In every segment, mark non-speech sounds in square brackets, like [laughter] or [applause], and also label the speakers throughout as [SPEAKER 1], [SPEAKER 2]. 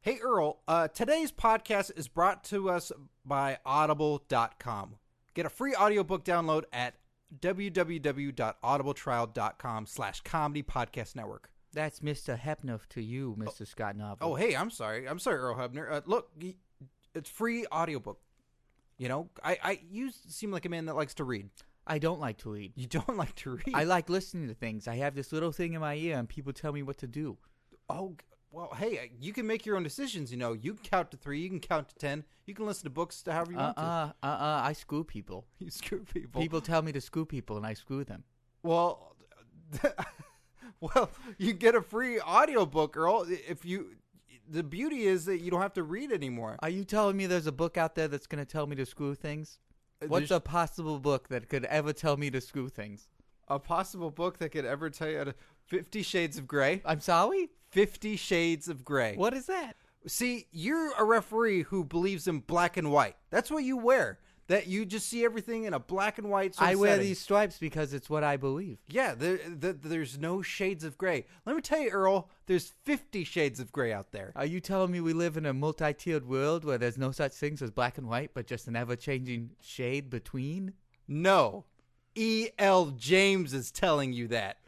[SPEAKER 1] Hey, Earl, uh, today's podcast is brought to us by audible.com. Get a free audiobook download at www.audibletrial.com slash comedy podcast network.
[SPEAKER 2] That's Mr. Hepnuff to you, Mr. Scott Novel.
[SPEAKER 1] Oh, hey, I'm sorry. I'm sorry, Earl Hubner. Uh, look, y- it's free audiobook. You know, I, I you seem like a man that likes to read.
[SPEAKER 2] I don't like to read.
[SPEAKER 1] You don't [laughs] like to read.
[SPEAKER 2] I like listening to things. I have this little thing in my ear, and people tell me what to do.
[SPEAKER 1] Oh, g- well, hey, uh, you can make your own decisions. You know, you can count to three, you can count to ten, you can listen to books to however you
[SPEAKER 2] Uh
[SPEAKER 1] want
[SPEAKER 2] uh,
[SPEAKER 1] to.
[SPEAKER 2] uh uh. I screw people.
[SPEAKER 1] [laughs] You screw people.
[SPEAKER 2] People tell me to screw people, and I screw them.
[SPEAKER 1] Well, [laughs] well, you get a free audiobook, Earl. If you, the beauty is that you don't have to read anymore.
[SPEAKER 2] Are you telling me there's a book out there that's going to tell me to screw things? What's
[SPEAKER 1] Uh, There's
[SPEAKER 2] a possible book that could ever tell me to screw things?
[SPEAKER 1] a possible book that could ever tell you how to- Fifty Shades of Grey?
[SPEAKER 2] I'm sorry?
[SPEAKER 1] Fifty Shades of Grey.
[SPEAKER 2] What is that?
[SPEAKER 1] See, you're a referee who believes in black and white. That's what you wear. That you just see everything in a black and white. Sort
[SPEAKER 2] I
[SPEAKER 1] of
[SPEAKER 2] wear
[SPEAKER 1] setting.
[SPEAKER 2] these stripes because it's what I believe.
[SPEAKER 1] Yeah, there, the, there's no shades of gray. Let me tell you, Earl. There's fifty shades of gray out there.
[SPEAKER 2] Are you telling me we live in a multi-tiered world where there's no such things as black and white, but just an ever-changing shade between?
[SPEAKER 1] No. E.L. James is telling you that.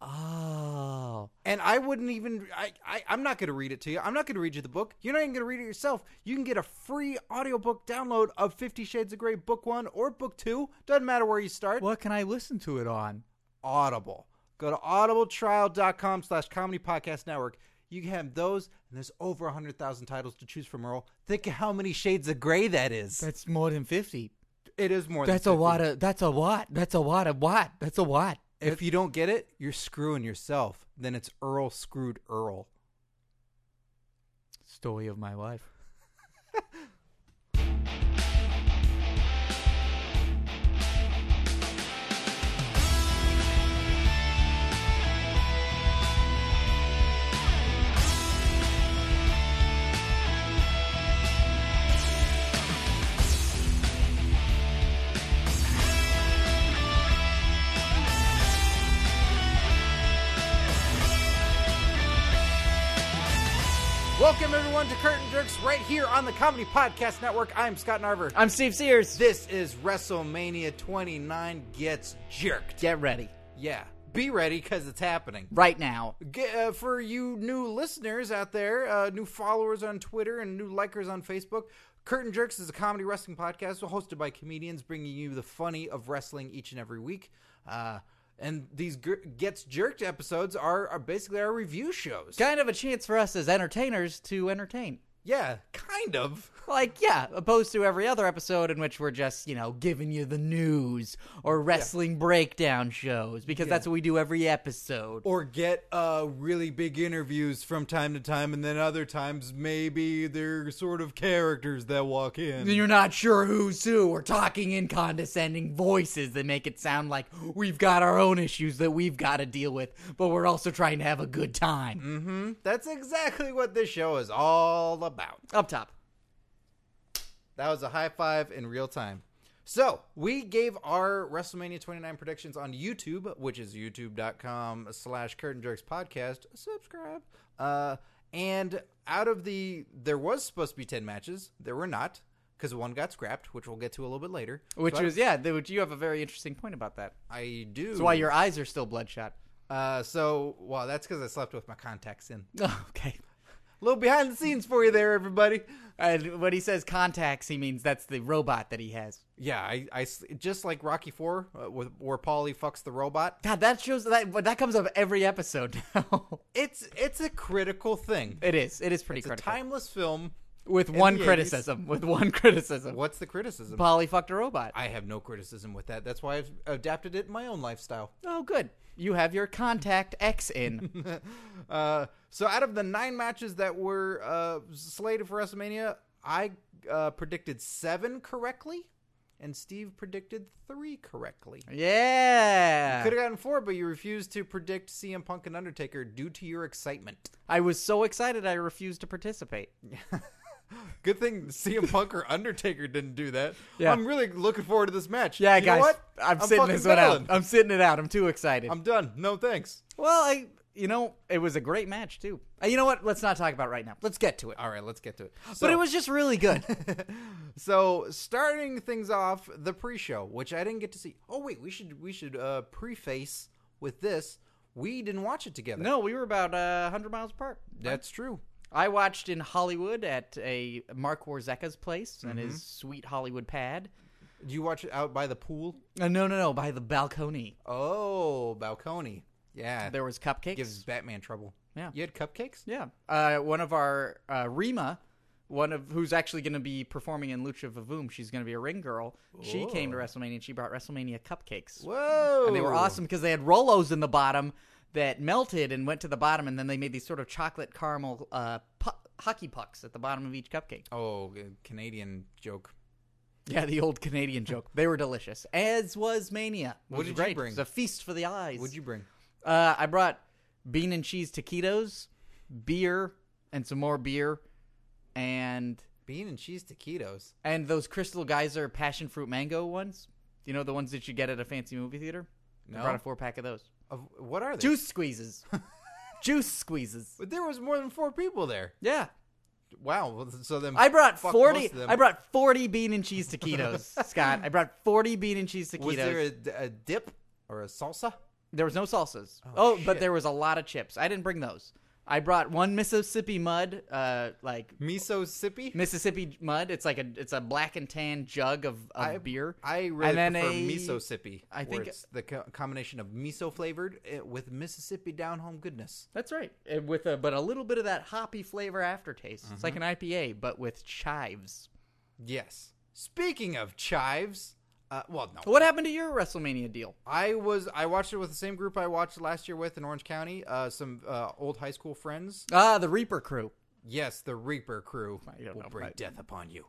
[SPEAKER 2] Oh,
[SPEAKER 1] And I wouldn't even, I, I, I'm not going to read it to you. I'm not going to read you the book. You're not even going to read it yourself. You can get a free audiobook download of Fifty Shades of Grey, Book One or Book Two. Doesn't matter where you start.
[SPEAKER 2] what can I listen to it on?
[SPEAKER 1] Audible. Go to audibletrial.com slash comedy podcast network. You can have those, and there's over 100,000 titles to choose from, Earl. Think of how many shades of gray that is.
[SPEAKER 2] That's more than fifty.
[SPEAKER 1] It is more
[SPEAKER 2] That's a
[SPEAKER 1] than 50.
[SPEAKER 2] lot of. That's a lot. That's a lot of what? That's a lot.
[SPEAKER 1] If you don't get it, you're screwing yourself. Then it's Earl screwed Earl.
[SPEAKER 2] Story of my life.
[SPEAKER 1] Welcome everyone to Curtain Jerks right here on the Comedy Podcast Network. I'm Scott Narver.
[SPEAKER 2] I'm Steve Sears.
[SPEAKER 1] This is WrestleMania 29 gets jerked.
[SPEAKER 2] Get ready
[SPEAKER 1] Yeah, be ready because it's happening.
[SPEAKER 2] right now.
[SPEAKER 1] G- uh, for you new listeners out there, uh, new followers on Twitter and new likers on Facebook, Curtain Jerks is a comedy wrestling podcast hosted by comedians, bringing you the funny of wrestling each and every week. Uh, and these gr- gets jerked episodes are, are basically our review shows.
[SPEAKER 2] Kind of a chance for us as entertainers to entertain.
[SPEAKER 1] Yeah, kind of.
[SPEAKER 2] Like, yeah, opposed to every other episode in which we're just, you know, giving you the news or wrestling breakdown shows because that's what we do every episode.
[SPEAKER 1] or get uh, really big interviews from time to time, and then other times maybe they're sort of characters that walk
[SPEAKER 2] Then
[SPEAKER 1] in.
[SPEAKER 2] you're not sure who's who or talking in condescending voices that make it sound like we've got our own issues that we've got to deal with, but we're also trying to have a good time.
[SPEAKER 1] Mm-hmm. That's exactly what this show is all about.
[SPEAKER 2] Up top.
[SPEAKER 1] That was a high five in real time. So we gave our WrestleMania 29 predictions on YouTube, which is youtube.com slash curtain jerks podcast. Subscribe. Uh, and out of the, there was supposed to be 10 matches. There were not because one got scrapped, which we'll get to a little bit later.
[SPEAKER 2] Which
[SPEAKER 1] So I-
[SPEAKER 2] was, yeah, th- which you have a very interesting point about that.
[SPEAKER 1] I do.
[SPEAKER 2] That's why your eyes are still bloodshot.
[SPEAKER 1] [laughs] Uh, so, well, that's because I slept with my contacts in.
[SPEAKER 2] Oh, okay.
[SPEAKER 1] A little behind the scenes for you there, everybody.
[SPEAKER 2] And when he says contacts, he means that's the robot that he has.
[SPEAKER 1] Yeah, I, I s- just like Rocky Four, uh, with, where Paulie fucks the robot.
[SPEAKER 2] God, that shows that but that comes up every episode [laughs] now.
[SPEAKER 1] It's it's a critical thing.
[SPEAKER 2] it is. It is pretty
[SPEAKER 1] It's a
[SPEAKER 2] critical.
[SPEAKER 1] timeless film.
[SPEAKER 2] with
[SPEAKER 1] in
[SPEAKER 2] one
[SPEAKER 1] the 80s.
[SPEAKER 2] criticism. With one [laughs] criticism.
[SPEAKER 1] What's the criticism?
[SPEAKER 2] Polly fucked a robot.
[SPEAKER 1] I have no criticism with that. That's why I've adapted it in my own lifestyle.
[SPEAKER 2] Oh, good. You have your contact X in.
[SPEAKER 1] Uh, so out of the nine matches that were uh, slated for WrestleMania, I uh, predicted seven correctly, and Steve predicted three correctly. Could
[SPEAKER 2] yeah.
[SPEAKER 1] have gotten four, but you refused to predict CM Punk and Undertaker due to your excitement.
[SPEAKER 2] I was so excited I refused to participate.
[SPEAKER 1] Good thing CM Punk or Undertaker didn't do that.
[SPEAKER 2] Yeah.
[SPEAKER 1] I'm really looking forward to this match.
[SPEAKER 2] Yeah,
[SPEAKER 1] You know
[SPEAKER 2] guys.
[SPEAKER 1] what?
[SPEAKER 2] I'm, sitting
[SPEAKER 1] fucking
[SPEAKER 2] this one out.
[SPEAKER 1] bailing.
[SPEAKER 2] I'm sitting it out. I'm too excited.
[SPEAKER 1] I'm done. No thanks.
[SPEAKER 2] well, I you know, it was a great match too. Uh, you know what? Let's not talk about it right now. Let's get to it.
[SPEAKER 1] All right, let's get to it.
[SPEAKER 2] but
[SPEAKER 1] So-
[SPEAKER 2] it was just really good.
[SPEAKER 1] [laughs] so starting things off the pre-show which i didn't get to see oh wait we should we should uh preface with this we didn't watch it together
[SPEAKER 2] [laughs] no, we were about uh, 100 miles apart.
[SPEAKER 1] that's true
[SPEAKER 2] I watched in Hollywood at a Mark Warzeka's place and his sweet Hollywood pad.
[SPEAKER 1] do you watch it out by the pool
[SPEAKER 2] Uh, no, no, no, by the balcony.
[SPEAKER 1] oh balcony yeah
[SPEAKER 2] There was cupcakes.
[SPEAKER 1] gives batman trouble
[SPEAKER 2] Yeah.
[SPEAKER 1] you had cupcakes
[SPEAKER 2] Yeah. Uh, one of our uh, Rima, one of who's actually going to be performing in Lucha Vavoom. She's going to be a ring girl. She came to WrestleMania and she brought WrestleMania cupcakes.
[SPEAKER 1] whoa
[SPEAKER 2] And they were awesome because they had Rolos in the bottom that melted and went to the bottom, and then they made these sort of chocolate caramel uh, pu- hockey pucks at the bottom of each cupcake.
[SPEAKER 1] oh g- canadian joke
[SPEAKER 2] Yeah, the old Canadian joke. They were delicious, as was Mania.
[SPEAKER 1] What
[SPEAKER 2] which
[SPEAKER 1] did
[SPEAKER 2] was
[SPEAKER 1] you
[SPEAKER 2] great.
[SPEAKER 1] bring?
[SPEAKER 2] It was a feast for the eyes.
[SPEAKER 1] what'd you bring
[SPEAKER 2] Uh, I brought bean and cheese taquitos, beer, and some more beer, and
[SPEAKER 1] bean and cheese taquitos
[SPEAKER 2] and those Crystal Geyser passion fruit mango ones. You know the ones that you get at a fancy movie theater.
[SPEAKER 1] No.
[SPEAKER 2] I brought a four pack of those.
[SPEAKER 1] of what are they
[SPEAKER 2] Juice
[SPEAKER 1] [laughs]
[SPEAKER 2] squeezes. Juice squeezes.
[SPEAKER 1] but there was more than four people there
[SPEAKER 2] Yeah,
[SPEAKER 1] wow well, so then
[SPEAKER 2] I brought
[SPEAKER 1] fuck
[SPEAKER 2] forty.
[SPEAKER 1] most of them.
[SPEAKER 2] I brought forty bean and cheese
[SPEAKER 1] [laughs]
[SPEAKER 2] taquitos, Scott. I brought forty bean and cheese taquitos.
[SPEAKER 1] was there a, d- a dip or a salsa
[SPEAKER 2] There was no salsas.
[SPEAKER 1] Oh,
[SPEAKER 2] Oh,
[SPEAKER 1] shit.
[SPEAKER 2] but there was a lot of chips. I didn't bring those. I brought one Mississippi mud, uh, like
[SPEAKER 1] miso sippy
[SPEAKER 2] Mississippi mud. It's like a it's a black and tan jug of, of
[SPEAKER 1] I-
[SPEAKER 2] beer.
[SPEAKER 1] I really
[SPEAKER 2] then
[SPEAKER 1] prefer
[SPEAKER 2] a-
[SPEAKER 1] miso sippy. where
[SPEAKER 2] I think-
[SPEAKER 1] it's the co- combination of miso flavored eh, with Mississippi down home goodness.
[SPEAKER 2] That's right. And with a but a little bit of that hoppy flavor aftertaste.
[SPEAKER 1] Mm-hmm.
[SPEAKER 2] It's like an IPA but with chives.
[SPEAKER 1] Yes. Speaking of chives, uh, well, no,
[SPEAKER 2] What happened to your WrestleMania deal?
[SPEAKER 1] I was I watched it with the same group I watched last year with in Orange County. Uh, some uh, old high school friends.
[SPEAKER 2] Ah, the Reaper crew.
[SPEAKER 1] Yes, the Reaper crew
[SPEAKER 2] I don't
[SPEAKER 1] will
[SPEAKER 2] know,
[SPEAKER 1] bring
[SPEAKER 2] but-
[SPEAKER 1] death upon you.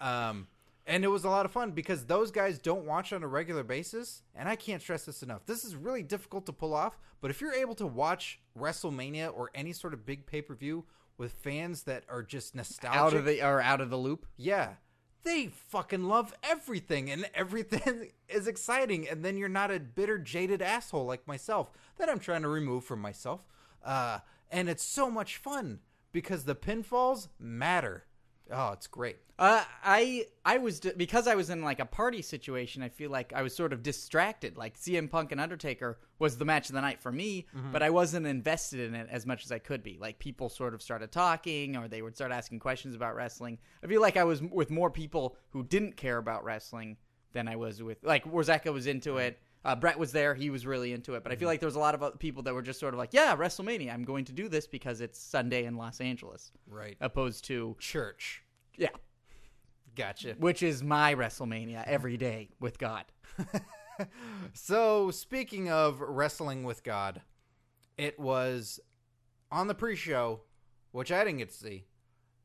[SPEAKER 1] um, and it was a lot of fun because those guys don't watch on a regular basis, and I can't stress this enough. This is really difficult to pull off, but if you're able to watch WrestleMania or any sort of big pay per view with fans that are just nostalgic,
[SPEAKER 2] Out of the or out of the loop.
[SPEAKER 1] yeah, they fucking love everything, and everything [laughs] is exciting. And then you're not a bitter, jaded asshole like myself that I'm trying to remove from myself. Uh, and it's so much fun because the pinfalls matter. Oh, it's great.
[SPEAKER 2] Uh, I I was because I was in like a party situation. I feel like I was sort of distracted. Like CM Punk and Undertaker was the match of the night for me, but I wasn't invested in it as much as I could be. Like people sort of started talking, or they would start asking questions about wrestling. I feel like I was with more people who didn't care about wrestling than I was with. Like Warzeka was into it. Uh, Brett was there; he was really into it. But I feel like there was a lot of other people that were just sort of like, "Yeah, WrestleMania. I'm going to do this because it's Sunday in Los Angeles,"
[SPEAKER 1] Right.
[SPEAKER 2] opposed to
[SPEAKER 1] Church.
[SPEAKER 2] yeah
[SPEAKER 1] Gotcha.
[SPEAKER 2] which is my WrestleMania every day with God.
[SPEAKER 1] So, speaking of wrestling with God, it was on the pre show, which I didn't get to see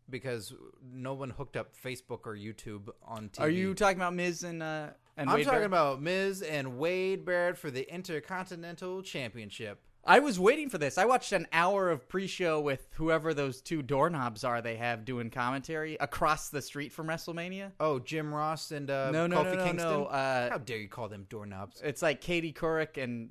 [SPEAKER 1] because no one hooked up Facebook or YouTube on TV.
[SPEAKER 2] Are you talking about Miz and uh and
[SPEAKER 1] I'm
[SPEAKER 2] Wade
[SPEAKER 1] talking
[SPEAKER 2] Barrett?
[SPEAKER 1] about Miz and Wade Barrett for the Intercontinental Championship.
[SPEAKER 2] I was waiting for this. I watched an hour of pre-show with whoever those two doorknobs are they have doing commentary across the street from WrestleMania.
[SPEAKER 1] Oh, Jim Ross and uh,
[SPEAKER 2] No, no,
[SPEAKER 1] Kofi
[SPEAKER 2] no, no,
[SPEAKER 1] Kingston.
[SPEAKER 2] no. Uh,
[SPEAKER 1] How dare you call them doorknobs?
[SPEAKER 2] It's like Katie Couric and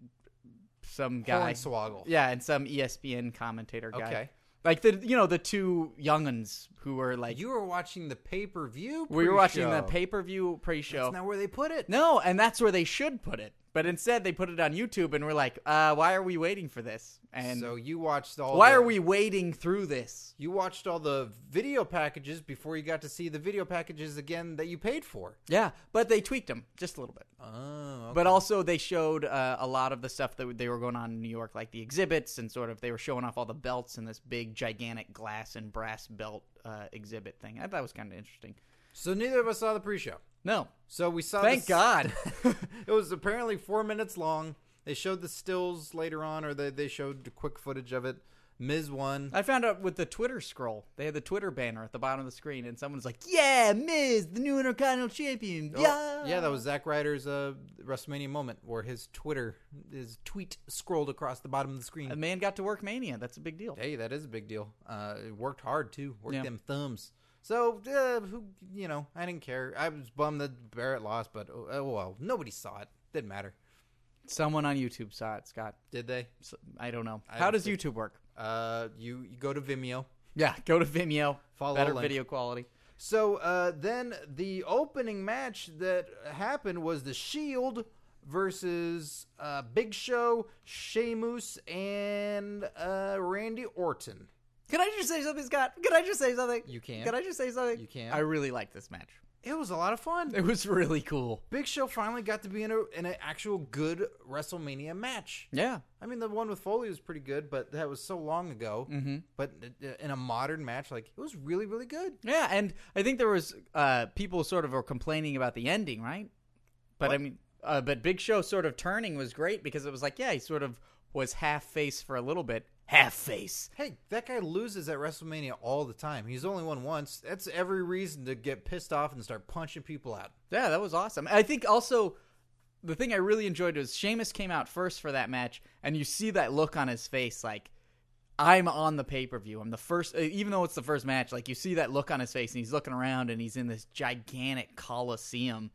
[SPEAKER 2] some guy.
[SPEAKER 1] Hornswoggle.
[SPEAKER 2] Yeah, and some E ESPN commentator guy.
[SPEAKER 1] Okay.
[SPEAKER 2] Like the you know the two younguns who were like
[SPEAKER 1] You were watching the pay per view.
[SPEAKER 2] we were watching the pay-per-view pre-show.
[SPEAKER 1] That's not where they put it.
[SPEAKER 2] No, and that's where they should put it. But instead, they put it on YouTube, and we're like, uh, why are we waiting for this? And
[SPEAKER 1] so you watched all.
[SPEAKER 2] why
[SPEAKER 1] the-
[SPEAKER 2] are we wading through this?
[SPEAKER 1] You watched all the video packages before you got to see the video packages again that you paid for.
[SPEAKER 2] Yeah, but they tweaked them just a little bit.
[SPEAKER 1] Oh,
[SPEAKER 2] But also, they showed uh, a lot of the stuff that they were going on in New York, like the exhibits, and sort of they were showing off all the belts in this big, gigantic glass and brass belt uh, exhibit thing. I thought it was kind of interesting.
[SPEAKER 1] so neither of us saw the pre-show.
[SPEAKER 2] No,
[SPEAKER 1] So we saw.
[SPEAKER 2] thank
[SPEAKER 1] this-
[SPEAKER 2] God.
[SPEAKER 1] [laughs]
[SPEAKER 2] [laughs]
[SPEAKER 1] it was apparently four minutes long. They showed the stills later on, or they, they showed quick footage of it. Miz won.
[SPEAKER 2] I found out with the Twitter scroll, they had the Twitter banner at the bottom of the screen, and someone's like, "Yeah, Miz, the new Intercontinental Champion."
[SPEAKER 1] Oh,
[SPEAKER 2] yeah,
[SPEAKER 1] yeah, that was Zack Ryder's uh, WrestleMania moment where his Twitter, his tweet scrolled across the bottom of the screen.
[SPEAKER 2] A man got to work Mania. That's a big deal.
[SPEAKER 1] hey, that is a big deal. Uh, it worked hard too. Worked
[SPEAKER 2] Yeah.
[SPEAKER 1] them thumbs. So, uh, who you know, I didn't care. I was bummed that Barrett lost, but oh, oh well, nobody saw it. Didn't matter.
[SPEAKER 2] Someone on YouTube saw it, Scott.
[SPEAKER 1] Did they?
[SPEAKER 2] So, I don't know.
[SPEAKER 1] I
[SPEAKER 2] How
[SPEAKER 1] don't
[SPEAKER 2] does
[SPEAKER 1] think-
[SPEAKER 2] YouTube work?
[SPEAKER 1] Uh, you, you go to Vimeo.
[SPEAKER 2] Yeah, go to Vimeo.
[SPEAKER 1] Follow
[SPEAKER 2] better
[SPEAKER 1] a link.
[SPEAKER 2] video quality.
[SPEAKER 1] So uh, then the opening match that happened was the Shield versus uh, Big Show, Sheamus, and uh, Randy Orton.
[SPEAKER 2] Can I just say something, Scott? Can I just say something?
[SPEAKER 1] You can.
[SPEAKER 2] Can I just say something?
[SPEAKER 1] You can.
[SPEAKER 2] I really like this match.
[SPEAKER 1] It was a lot of fun.
[SPEAKER 2] It was really cool.
[SPEAKER 1] Big Show finally got to be in, a, in an actual good WrestleMania match.
[SPEAKER 2] Yeah.
[SPEAKER 1] I mean, the one with Foley was pretty good, but that was so long ago. Mm-hmm. But uh, in a modern match, like it was really, really good.
[SPEAKER 2] Yeah, and I think there was uh, people sort of were complaining about the ending, right? But I mean, uh, but Big Show sort of turning was great because it was like, yeah, he sort of was half face for a little bit, half face.
[SPEAKER 1] Hey, that guy loses at WrestleMania all the time. He's only won once. That's every reason to get pissed off and start punching people out.
[SPEAKER 2] Yeah, that was awesome. I think also the thing I really enjoyed was Sheamus came out first for that match, and you see that look on his face, like I'm on the pay per view. I'm the first, uh, even though it's the first match. Like you see that look on his face, and he's looking around, and he's in this gigantic coliseum,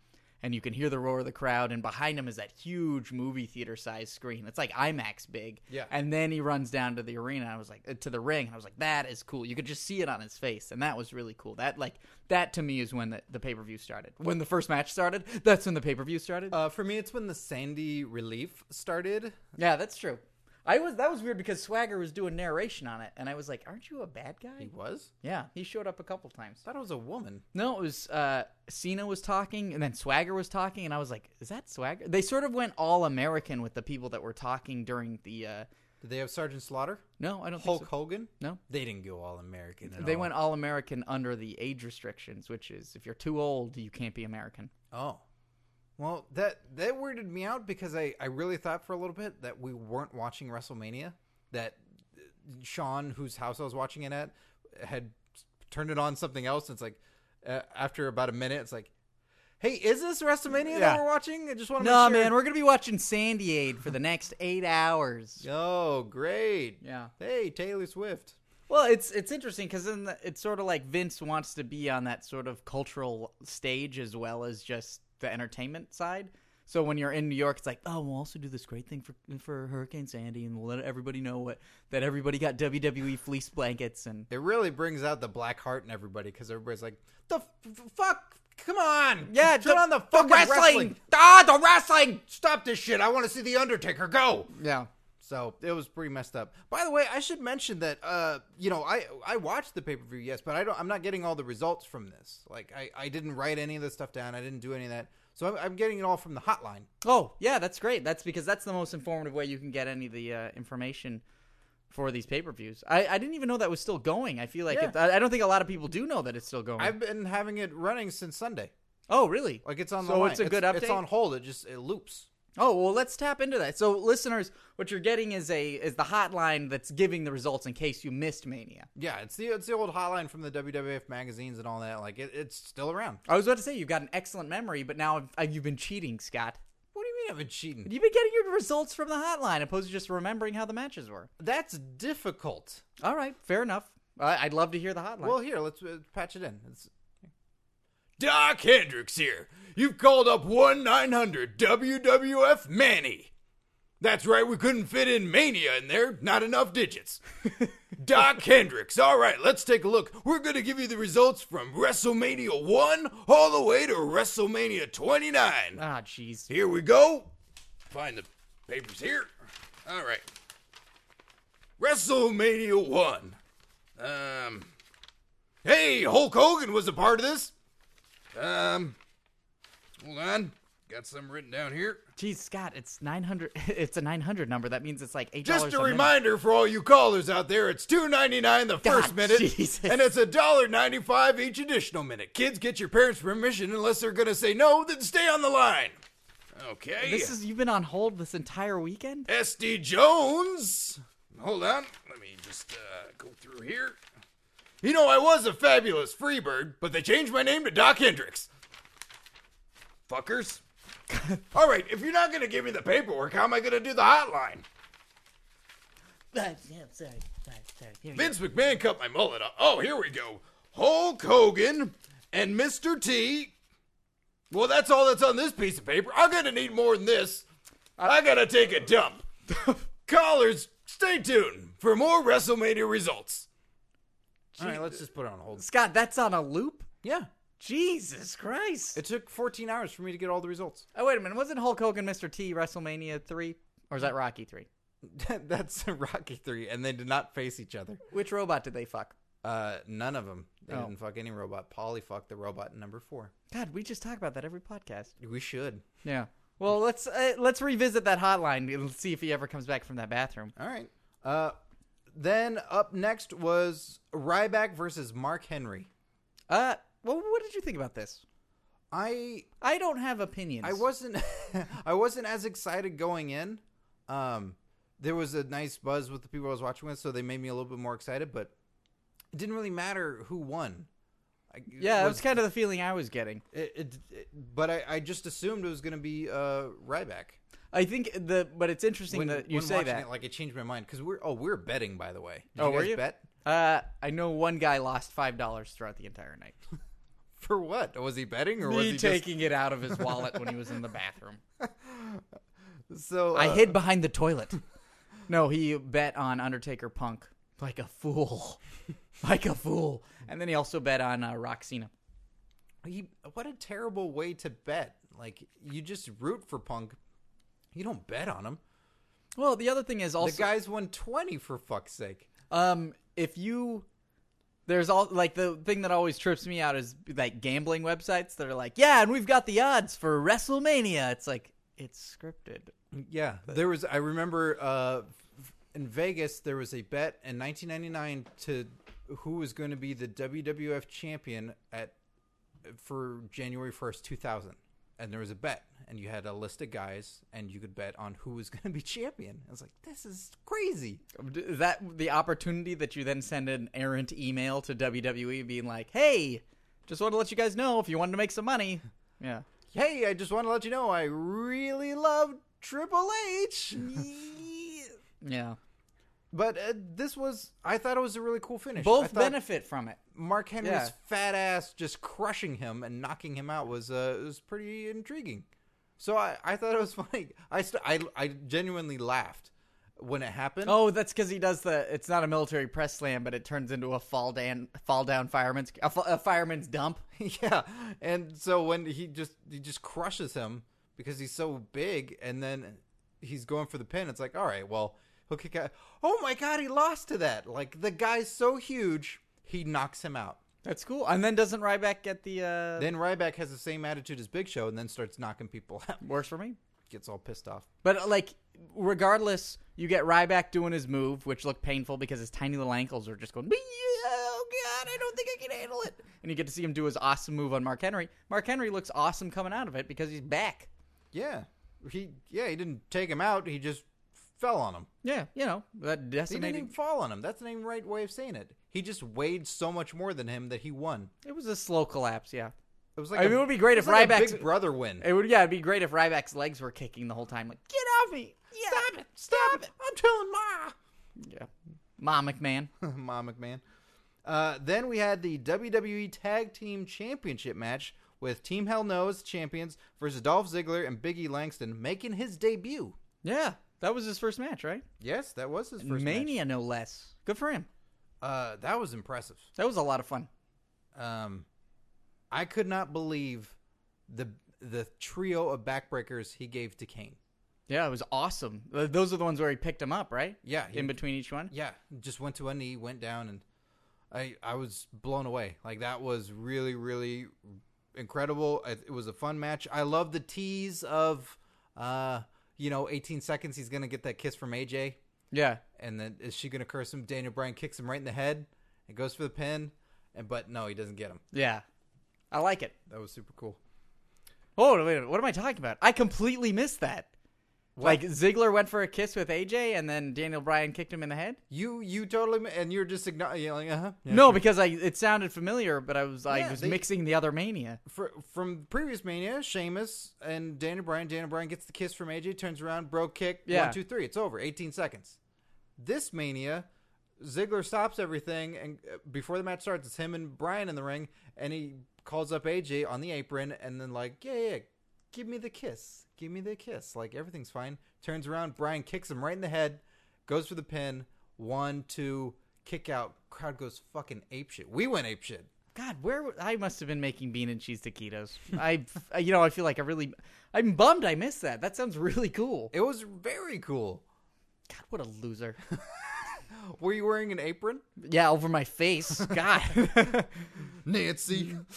[SPEAKER 2] and you can hear the roar of the crowd, and behind him is that huge movie theater sized screen. It's like IMAX big.
[SPEAKER 1] Yeah.
[SPEAKER 2] And then he runs down to the arena. I was like, uh, to the ring, and I was like, that is cool. You could just see it on his face, and that was really cool. That like that to me is when the, the pay per view started. When the first match started, that's when the pay per view started.
[SPEAKER 1] Uh, for me, it's when the Sandy relief started.
[SPEAKER 2] Yeah, that's true. I was that was weird because Swagger was doing narration on it, and I was like, "Aren't you a bad guy?"
[SPEAKER 1] He was.
[SPEAKER 2] Yeah, he showed up a couple times.
[SPEAKER 1] Thought it was a woman.
[SPEAKER 2] No, it was uh, Cena was talking, and then Swagger was talking, and I was like, "Is that Swagger?" They sort of went all American with the people that were talking during the. Uh,
[SPEAKER 1] Did they have Sergeant Slaughter?
[SPEAKER 2] no, I don't
[SPEAKER 1] Hulk
[SPEAKER 2] think so.
[SPEAKER 1] Hogan?
[SPEAKER 2] No.
[SPEAKER 1] They didn't go all American. At
[SPEAKER 2] They
[SPEAKER 1] all.
[SPEAKER 2] went all American under the age restrictions, which is if you're too old, you can't be American.
[SPEAKER 1] Oh. Well, that that weirded me out because I, I really thought for a little bit that we weren't watching WrestleMania. That uh, Sean, whose house I was watching it at, had turned it on something else. And it's like, uh, after about a minute, it's like, hey, is this WrestleMania that
[SPEAKER 2] Yeah.
[SPEAKER 1] we're watching? I just want to
[SPEAKER 2] No,
[SPEAKER 1] make sure.
[SPEAKER 2] man, we're gonna be watching Sandy Aid for the next eight hours.
[SPEAKER 1] Oh, great.
[SPEAKER 2] Yeah.
[SPEAKER 1] Hey, Taylor Swift.
[SPEAKER 2] Well, it's it's interesting because then the- it's sort of like Vince wants to be on that sort of cultural stage as well as just the entertainment side. So when you're in New York, it's like, oh, we'll also do this great thing for for Hurricane Sandy, and we'll let everybody know what that everybody got WWE fleece blankets and
[SPEAKER 1] It really brings out the black heart in everybody because everybody's like, the f- f- fuck? Come on.
[SPEAKER 2] Yeah,
[SPEAKER 1] turn
[SPEAKER 2] the-
[SPEAKER 1] on the
[SPEAKER 2] the
[SPEAKER 1] fucking
[SPEAKER 2] wrestling.
[SPEAKER 1] Ah, the wrestling. Stop this shit. I want to see The Undertaker. Go.
[SPEAKER 2] yeah,
[SPEAKER 1] So it was pretty messed up. By the way, I should mention that uh, you know, I I watched the pay per view, yes, but I don't. I'm not getting all the results from this. Like I I didn't write any of this stuff down. I didn't do any of that. So I'm, I'm getting it all from the hotline.
[SPEAKER 2] Oh, yeah, that's great. That's because that's the most informative way you can get any of the uh, information for these pay per views. I, I didn't even know that was still going. I feel like
[SPEAKER 1] Yeah.
[SPEAKER 2] it, I, I don't think a lot of people do know that it's still going.
[SPEAKER 1] I've been having it running since Sunday.
[SPEAKER 2] oh, really?
[SPEAKER 1] Like it's on.
[SPEAKER 2] So
[SPEAKER 1] the line.
[SPEAKER 2] it's a good
[SPEAKER 1] It's
[SPEAKER 2] update?
[SPEAKER 1] on hold. It just it loops.
[SPEAKER 2] Oh well, let's tap into that. So, listeners, what you're getting is a is the hotline that's giving the results in case you missed Mania.
[SPEAKER 1] Yeah, it's the it's the old hotline from the WWF magazines and all that. Like it, it's still around.
[SPEAKER 2] I was about to say you've got an excellent memory, but now I've, i you've been cheating, Scott.
[SPEAKER 1] What do you mean I've been cheating?
[SPEAKER 2] You've been getting your results from the hotline opposed to just remembering how the matches were.
[SPEAKER 1] That's difficult.
[SPEAKER 2] All right, fair enough. I I'd love to hear the hotline.
[SPEAKER 1] Well, here, let's uh, patch it in. It's... Doc Hendricks here. You've called up 1 900 WWF Manny. That's right, we couldn't fit in Mania in there. Not enough digits. Doc Hendricks. All right, let's take a look. We're going to give you the results from WrestleMania 1 all the way to WrestleMania 29.
[SPEAKER 2] ah, jeez.
[SPEAKER 1] Here we go. Find the papers here. All right. WrestleMania 1. Um. Hey, Hulk Hogan was a part of this. Um. Hold on. Got some written down here.
[SPEAKER 2] Jeez, Scott, it's nine hundred. [laughs] It's a nine hundred number. That means it's like eight.
[SPEAKER 1] Just a
[SPEAKER 2] minute.
[SPEAKER 1] reminder for all you callers out there, it's two ninety nine the
[SPEAKER 2] God,
[SPEAKER 1] first minute,
[SPEAKER 2] Jesus.
[SPEAKER 1] and it's a dollar ninety five each additional minute. Kids, get your parents' permission unless they're gonna say no, then stay on the line. Okay.
[SPEAKER 2] This is you've been on hold this entire weekend.
[SPEAKER 1] SD Jones. Hold on. Let me just uh, go through here. You know, I was a fabulous Freebird, but they changed my name to Doc Hendricks. Fuckers. [laughs] All right, if you're not going to give me the paperwork, how am I going to do the hotline?
[SPEAKER 2] yeah, sorry, sorry, sorry. Here you
[SPEAKER 1] Vince McMahon cut my mullet off. Oh, here we go. Hulk Hogan and Mr. T. Well, that's all that's on this piece of paper. I'm going to need more than this. I gotta take a [laughs] dump. Callers, stay tuned for more WrestleMania results. All right, let's just put it on hold.
[SPEAKER 2] Scott, that's on a loop?
[SPEAKER 1] Yeah.
[SPEAKER 2] Jesus Christ.
[SPEAKER 1] It took 14 hours for me to get all the results.
[SPEAKER 2] oh, wait a minute. Wasn't Hulk Hogan Mr. T WrestleMania 3? Or is that Rocky 3?
[SPEAKER 1] [laughs] That's Rocky 3, and they did not face each other.
[SPEAKER 2] Which robot did they fuck?
[SPEAKER 1] Uh, none of them. They
[SPEAKER 2] Oh.
[SPEAKER 1] didn't fuck any robot. Polly fucked the robot in number four.
[SPEAKER 2] God, we just talk about that every podcast.
[SPEAKER 1] We should.
[SPEAKER 2] Yeah. Well, let's uh, let's revisit that hotline and see if he ever comes back from that bathroom.
[SPEAKER 1] All right. Uh, then up next was Ryback versus Mark Henry.
[SPEAKER 2] Uh, well, what did you think about this?
[SPEAKER 1] I
[SPEAKER 2] I don't have opinions.
[SPEAKER 1] I wasn't [laughs] I wasn't as excited going in. Um, there was a nice buzz with the people I was watching with, so they made me a little bit more excited. But it didn't really matter who won. I,
[SPEAKER 2] Yeah, that
[SPEAKER 1] was-
[SPEAKER 2] was kind of the feeling I was getting.
[SPEAKER 1] it, it, it- but I, I just assumed it was going to be uh, Ryback.
[SPEAKER 2] I think the but it's interesting
[SPEAKER 1] When,
[SPEAKER 2] that uh, you
[SPEAKER 1] when
[SPEAKER 2] say
[SPEAKER 1] watching
[SPEAKER 2] that.
[SPEAKER 1] it, like it changed my mind because we're oh we're betting by the way. Did
[SPEAKER 2] Oh,
[SPEAKER 1] you guys
[SPEAKER 2] were you?
[SPEAKER 1] bet
[SPEAKER 2] uh, I know one guy lost five dollars throughout the entire [laughs] night.
[SPEAKER 1] for what? Was he betting or was
[SPEAKER 2] Me
[SPEAKER 1] he
[SPEAKER 2] taking it out of his wallet when he was in the bathroom.
[SPEAKER 1] Just, so
[SPEAKER 2] [laughs] I
[SPEAKER 1] uh,
[SPEAKER 2] hid behind the toilet. [laughs] No, he bet on Undertaker Punk like a fool, [laughs] like a fool, and then he also bet on uh, Roxina.
[SPEAKER 1] He, what a terrible way to bet. Like you just root for Punk. You don't bet on him.
[SPEAKER 2] Well, the other thing is
[SPEAKER 1] The
[SPEAKER 2] also
[SPEAKER 1] guy's won 20 for fuck's sake.
[SPEAKER 2] Um, if you there's all like the thing that always trips me out is like gambling websites that are like, yeah, and we've got the odds for WrestleMania. It's like it's scripted.
[SPEAKER 1] Yeah. There was I remember uh f- in Vegas there was a bet in 1999 to who was going to be the WWF champion at for January 1st, 2000. And there was a bet and you had a list of guys and you could bet on who was going to be [laughs] champion. I was like, this is crazy.
[SPEAKER 2] Is that the opportunity that you then send an errant email to WWE being like, hey, just want to let you guys know if you wanted to make some money. Yeah.
[SPEAKER 1] Hey, I just want to let you know I really love Triple H.
[SPEAKER 2] Yeah.
[SPEAKER 1] but uh, this was I thought it was a really cool finish. I
[SPEAKER 2] Both
[SPEAKER 1] thought-
[SPEAKER 2] benefit from it.
[SPEAKER 1] Mark Henry's
[SPEAKER 2] Yeah.
[SPEAKER 1] fat ass just crushing him and knocking him out was uh, was pretty intriguing. So I, I thought it was [laughs] funny. I, st- I I genuinely laughed when it happened.
[SPEAKER 2] Oh, that's because he does the. It's not a military press slam, but it turns into a fall down, fall down fireman's, a, fa- a fireman's dump.
[SPEAKER 1] [laughs] yeah, and so when he just he just crushes him because he's so big, and then he's going for the pin. It's like all right, well he'll kick out. Oh my god, he lost to that. Like the guy's so huge, he knocks him out.
[SPEAKER 2] That's cool. And then doesn't Ryback get the uh,
[SPEAKER 1] Then Ryback has the same attitude as Big Show, and then starts knocking people [laughs] out.
[SPEAKER 2] works for me?
[SPEAKER 1] Gets all pissed off.
[SPEAKER 2] But uh, like, regardless, you get Ryback doing his move, which looked painful because his tiny little ankles are just going. "Bee, Oh God, I don't think I can handle it. And you get to see him do his awesome move on Mark Henry. Mark Henry looks awesome coming out of it because he's back.
[SPEAKER 1] Yeah, he yeah he didn't take him out. He just fell on him.
[SPEAKER 2] Yeah, you know that
[SPEAKER 1] He didn't even
[SPEAKER 2] decimating.
[SPEAKER 1] fall on him. That's the name- right way of saying it. He just weighed so much more than him that he won.
[SPEAKER 2] It was a slow collapse. Yeah,
[SPEAKER 1] It was like
[SPEAKER 2] I mean,
[SPEAKER 1] a-
[SPEAKER 2] it would be great
[SPEAKER 1] was
[SPEAKER 2] if
[SPEAKER 1] like a
[SPEAKER 2] Ryback's-
[SPEAKER 1] big brother win.
[SPEAKER 2] it would. Yeah, it'd be great if Ryback's legs were kicking the whole time. Like, get off me! Yeah.
[SPEAKER 1] Stop it! Stop it! I'm telling Ma.
[SPEAKER 2] Yeah, Ma McMahon.
[SPEAKER 1] [laughs] Ma McMahon. Uh, then we had the WWE Tag Team Championship match with Team Hell Knows champions versus Dolph Ziggler and Biggie Langston making his debut.
[SPEAKER 2] [laughs] yeah, that was his first match, right?
[SPEAKER 1] Yes, that was his first match.
[SPEAKER 2] Mania, no less. Good for him.
[SPEAKER 1] Uh, that was impressive.
[SPEAKER 2] That was a lot of fun.
[SPEAKER 1] Um, I could not believe the the trio of backbreakers he gave to Kane.
[SPEAKER 2] Yeah, it was awesome. Th- Those are the ones where he picked them up, right?
[SPEAKER 1] Yeah, he-
[SPEAKER 2] In between each one.
[SPEAKER 1] Yeah, just went to a knee, went down, and I I was blown away. Like that was really really incredible. It, it was a fun match. I love the tease of uh you know 18 seconds he's gonna get that kiss from AJ,
[SPEAKER 2] Yeah.
[SPEAKER 1] and then is she gonna curse him? Daniel Bryan kicks him right in the head and goes for the pin, and but no, he doesn't get him.
[SPEAKER 2] Yeah. I like it.
[SPEAKER 1] That was super cool.
[SPEAKER 2] Oh, wait a minute. What am I talking about? I completely missed that. Like, Ziggler went for a kiss with AJ, and then Daniel Bryan kicked him in the head?
[SPEAKER 1] You you totally and you're just igno- yelling uh huh.
[SPEAKER 2] no, because I it sounded familiar, but I was I
[SPEAKER 1] Yeah,
[SPEAKER 2] was
[SPEAKER 1] they-
[SPEAKER 2] mixing the other Mania.
[SPEAKER 1] Fr from previous Mania, Sheamus and Daniel Bryan. Daniel Bryan gets the kiss from AJ, turns around, bro kick,
[SPEAKER 2] Yeah.
[SPEAKER 1] one, two, three. It's over. 18 seconds. This Mania, Ziggler stops everything, and uh, before the match starts, it's him and Bryan in the ring, and he calls up AJ on the apron, and then like, yeah, yeah, give me the kiss, give me the kiss. Like everything's fine. Turns around, Brian kicks him right in the head, goes for the pin. One, two, kick out. Crowd goes fucking apeshit. We went apeshit.
[SPEAKER 2] God, where w- I must have been making bean and cheese taquitos. I, I- you know, I feel like I really, I'm bummed I missed that. That sounds really cool.
[SPEAKER 1] It was very cool.
[SPEAKER 2] God, what a loser.
[SPEAKER 1] Were you wearing an apron?
[SPEAKER 2] [laughs] yeah, over my face. God.
[SPEAKER 1] Nancy. [laughs]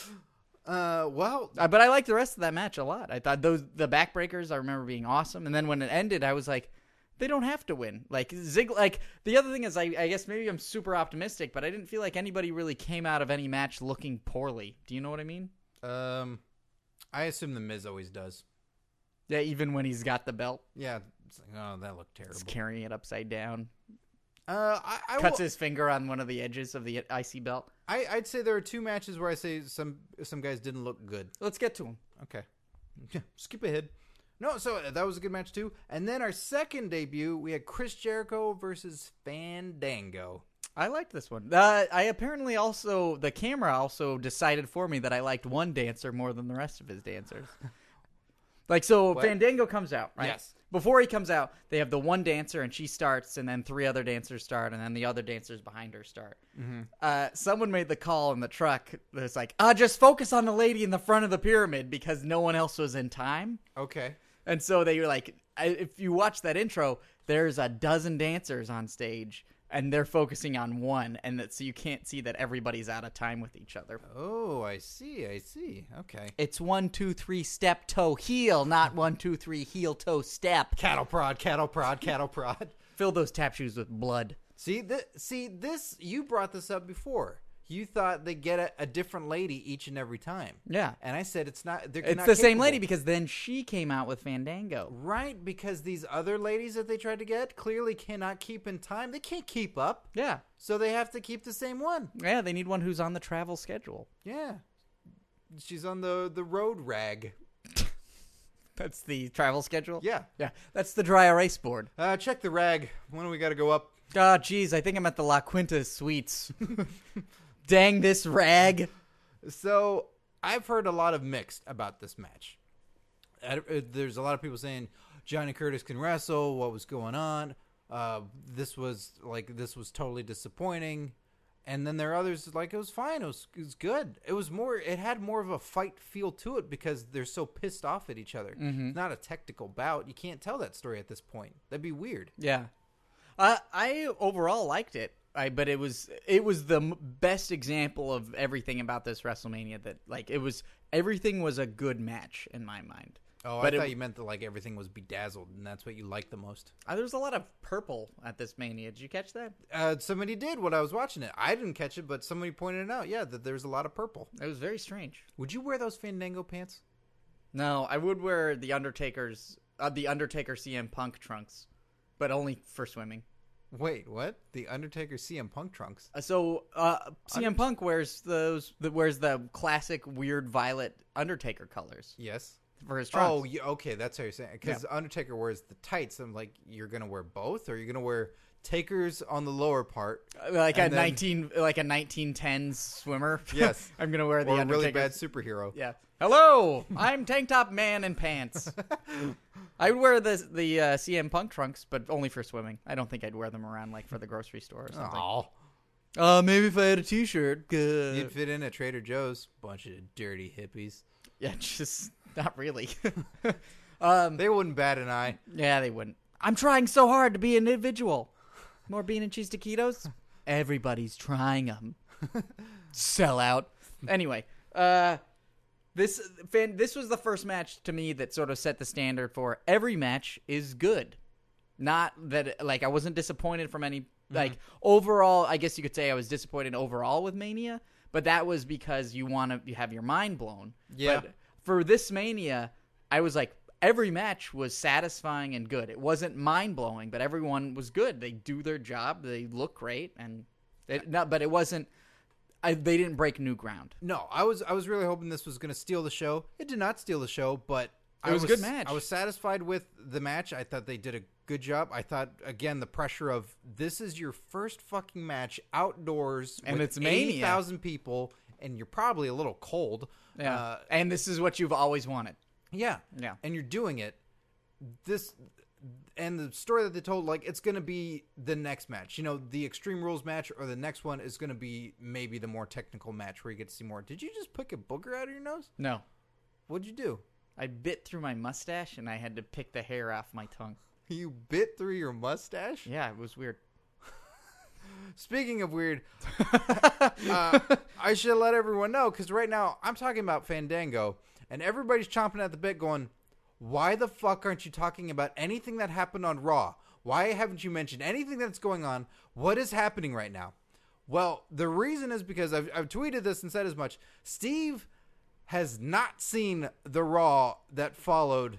[SPEAKER 1] Uh, well,
[SPEAKER 2] Uh, but I liked the rest of that match a lot. I thought those the backbreakers I remember being awesome, and then when it ended, I was like, they don't have to win. Like Zig, like the other thing is, I, I guess maybe I'm super optimistic, but I didn't feel like anybody really came out of any match looking poorly. Do you know what I mean?
[SPEAKER 1] um, I assume the Miz always does.
[SPEAKER 2] Yeah, even when he's got the belt,
[SPEAKER 1] Yeah. it's like, oh, that looked terrible.
[SPEAKER 2] he's carrying it upside down,
[SPEAKER 1] Uh, I, I
[SPEAKER 2] cuts
[SPEAKER 1] will-
[SPEAKER 2] his finger on one of the edges of the icy belt.
[SPEAKER 1] I, I'd say there are two matches where I say some some guys didn't look good.
[SPEAKER 2] Let's get to him.
[SPEAKER 1] Okay, [laughs] Yeah, skip ahead. No, so uh, that was a good match too. And then our second debut, we had Chris Jericho versus Fandango.
[SPEAKER 2] I liked this one. Uh, I apparently also the camera also decided for me that I liked one dancer more than the rest of his dancers. like so, Fandango comes out. Right?
[SPEAKER 1] Yes.
[SPEAKER 2] Before he comes out, they have the one dancer and she starts, and then three other dancers start, and then the other dancers behind her start. Uh, someone made the call in the truck. That's like, ah, just focus on the lady in the front of the pyramid because no one else was in time.
[SPEAKER 1] Okay,
[SPEAKER 2] And so they were like, I- if you watch that intro, there's a dozen dancers on stage, and they're focusing on one, and that, so you can't see that everybody's out of time with each other.
[SPEAKER 1] oh, I see, I see. Okay,
[SPEAKER 2] It's one, two, three, step, toe, heel, not one, two, three, heel, toe, step.
[SPEAKER 1] cattle prod, cattle prod, cattle prod.
[SPEAKER 2] Fill those tap shoes with blood.
[SPEAKER 1] See, th- see this. You brought this up before. You thought they get a, a different lady each and every time.
[SPEAKER 2] Yeah.
[SPEAKER 1] and I said it's not. They're
[SPEAKER 2] It's
[SPEAKER 1] not
[SPEAKER 2] the same
[SPEAKER 1] capable.
[SPEAKER 2] lady because then she came out with Fandango.
[SPEAKER 1] Right, because these other ladies that they tried to get clearly cannot keep in time. They can't keep up.
[SPEAKER 2] Yeah.
[SPEAKER 1] So they have to keep the same one.
[SPEAKER 2] Yeah, they need one who's on the travel schedule.
[SPEAKER 1] Yeah. She's on the the road rag.
[SPEAKER 2] That's the travel schedule?
[SPEAKER 1] Yeah.
[SPEAKER 2] Yeah. That's the dry erase board.
[SPEAKER 1] Uh, check the rag. When do we got to go up?
[SPEAKER 2] Ah, geez, I think I'm at the La Quinta Suites. [laughs] Dang this rag.
[SPEAKER 1] So I've heard a lot of mixed about this match. I- uh, There's a lot of people saying Johnny Curtis can wrestle. What was going on? Uh, this was like this was totally disappointing. And then there are others like it was fine. It was, it was good. It was more. It had more of a fight feel to it because they're so pissed off at each other. It's not a technical bout. You can't tell that story at this point. That'd be weird.
[SPEAKER 2] Yeah. Uh, I overall liked it. I, but it was it was the m- best example of everything about this WrestleMania that like it was everything was a good match in my mind.
[SPEAKER 1] Oh,
[SPEAKER 2] but
[SPEAKER 1] I
[SPEAKER 2] it-
[SPEAKER 1] thought you meant that like everything was bedazzled and that's what you liked the most.
[SPEAKER 2] Uh, there was a lot of purple at this mania. Did you catch that?
[SPEAKER 1] uh, somebody did when I was watching it. I didn't catch it, but somebody pointed it out. Yeah, that there's a lot of purple.
[SPEAKER 2] It was very strange.
[SPEAKER 1] Would you wear those Fandango pants?
[SPEAKER 2] No, I would wear the Undertaker's uh, the Undertaker CM Punk trunks, but only for swimming.
[SPEAKER 1] Wait, what? The Undertaker CM Punk trunks.
[SPEAKER 2] Uh, So uh, CM Punk wears those the, wears the classic weird violet Undertaker colors
[SPEAKER 1] Yes.
[SPEAKER 2] for his trunks.
[SPEAKER 1] Oh, yeah, okay. That's how you're saying. Because Undertaker wears the tights. I'm like, you're gonna wear both, or you're gonna wear takers on the lower part.
[SPEAKER 2] Uh, like a
[SPEAKER 1] Oh, and then-
[SPEAKER 2] nineteen like a nineteen tens swimmer.
[SPEAKER 1] [laughs]
[SPEAKER 2] [laughs]
[SPEAKER 1] Yes.
[SPEAKER 2] I'm gonna wear the
[SPEAKER 1] Or a
[SPEAKER 2] Undertaker.
[SPEAKER 1] really bad superhero.
[SPEAKER 2] Yeah. Hello, I'm tank top man
[SPEAKER 1] [laughs]
[SPEAKER 2] in pants. I would wear the the uh, CM Punk trunks, but only for swimming. I don't think I'd wear them around like for the grocery store or something.
[SPEAKER 1] Aw.
[SPEAKER 2] Uh, maybe if I had a T-shirt. Good.
[SPEAKER 1] You'd fit in at Trader Joe's. Bunch of dirty hippies.
[SPEAKER 2] [laughs] Yeah, just not really. um,
[SPEAKER 1] They wouldn't bat an eye.
[SPEAKER 2] yeah, they wouldn't. I'm trying so hard to be an individual. More bean and cheese taquitos. Everybody's trying them. [laughs] Sell out. Anyway, uh, this fan, this was the first match to me that sort of set the standard for every match is good. Not that like I wasn't disappointed from any like overall. I guess you could say I was disappointed overall with Mania, but that was because you want to you have your mind blown.
[SPEAKER 1] Yeah.
[SPEAKER 2] But for this Mania, I was like every match was satisfying and good. It wasn't mind blowing, but everyone was good. They do their job. They look great, and it, no, but it wasn't. I, they didn't break new ground.
[SPEAKER 1] No, I was I was really hoping this was going to steal the show. It did not steal the show, but I
[SPEAKER 2] was a good match.
[SPEAKER 1] I was satisfied with the match. I thought they did a good job. I thought again the pressure of this is your first fucking match outdoors
[SPEAKER 2] And
[SPEAKER 1] with
[SPEAKER 2] it's Mania.
[SPEAKER 1] eighty thousand people, and you're probably a little cold.
[SPEAKER 2] Yeah.
[SPEAKER 1] Uh,
[SPEAKER 2] and this is what you've always wanted.
[SPEAKER 1] Yeah.
[SPEAKER 2] Yeah.
[SPEAKER 1] And you're doing it. This and the story that they told, like, it's gonna be the next match. You know, the Extreme Rules match or the next one is gonna be maybe the more technical match where you get to see more. Did you just pick a booger out of your nose?
[SPEAKER 2] No.
[SPEAKER 1] What'd you do? [laughs]
[SPEAKER 2] I bit through my mustache and I had to pick the hair off my tongue.
[SPEAKER 1] You bit through your mustache?
[SPEAKER 2] Yeah, it was weird.
[SPEAKER 1] Speaking of weird, uh, I should let everyone know because right now I'm talking about Fandango, and everybody's chomping at the bit, going, "Why the fuck aren't you talking about anything that happened on Raw? Why haven't you mentioned anything that's going on? What is happening right now?" Well, the reason is because I've, I've tweeted this and said as much. Steve has not seen the Raw that followed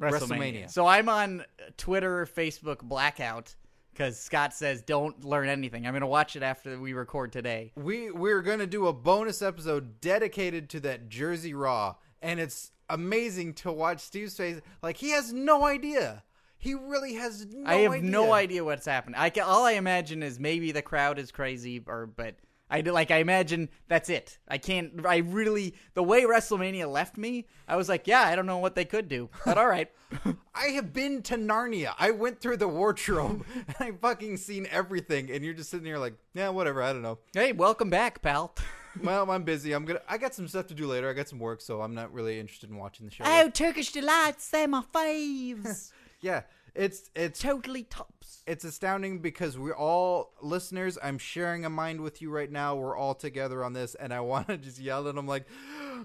[SPEAKER 1] WrestleMania.
[SPEAKER 2] So I'm on Twitter, Facebook blackout because Scott says don't learn anything. I'm gonna watch it after we record today.
[SPEAKER 1] we we're gonna do a bonus episode dedicated to that Jersey Raw, and it's amazing to watch Steve's face. Like he has no idea. He really has no.
[SPEAKER 2] I have no idea what's happening. I ca all I imagine is maybe the crowd is crazy, or but I do- like I imagine that's it. I can't. I really the way WrestleMania left me, I was like, yeah, I don't know what they could do, but all right. [laughs]
[SPEAKER 1] I have been to Narnia. I went through the wardrobe [laughs] and I fucking seen everything. And you're just sitting here like, yeah, whatever. I don't know.
[SPEAKER 2] hey, welcome back, pal. [laughs]
[SPEAKER 1] Well, I'm busy. I'm gonna. I got some stuff to do later. I got some work, so I'm not really interested in watching the show.
[SPEAKER 2] Oh, Turkish delights, they're my [laughs] faves.
[SPEAKER 1] yeah, it's it's
[SPEAKER 2] totally tops.
[SPEAKER 1] it's astounding because we're all listeners. I'm sharing a mind with you right now. We're all together on this, and I want to [laughs] just yell at them like,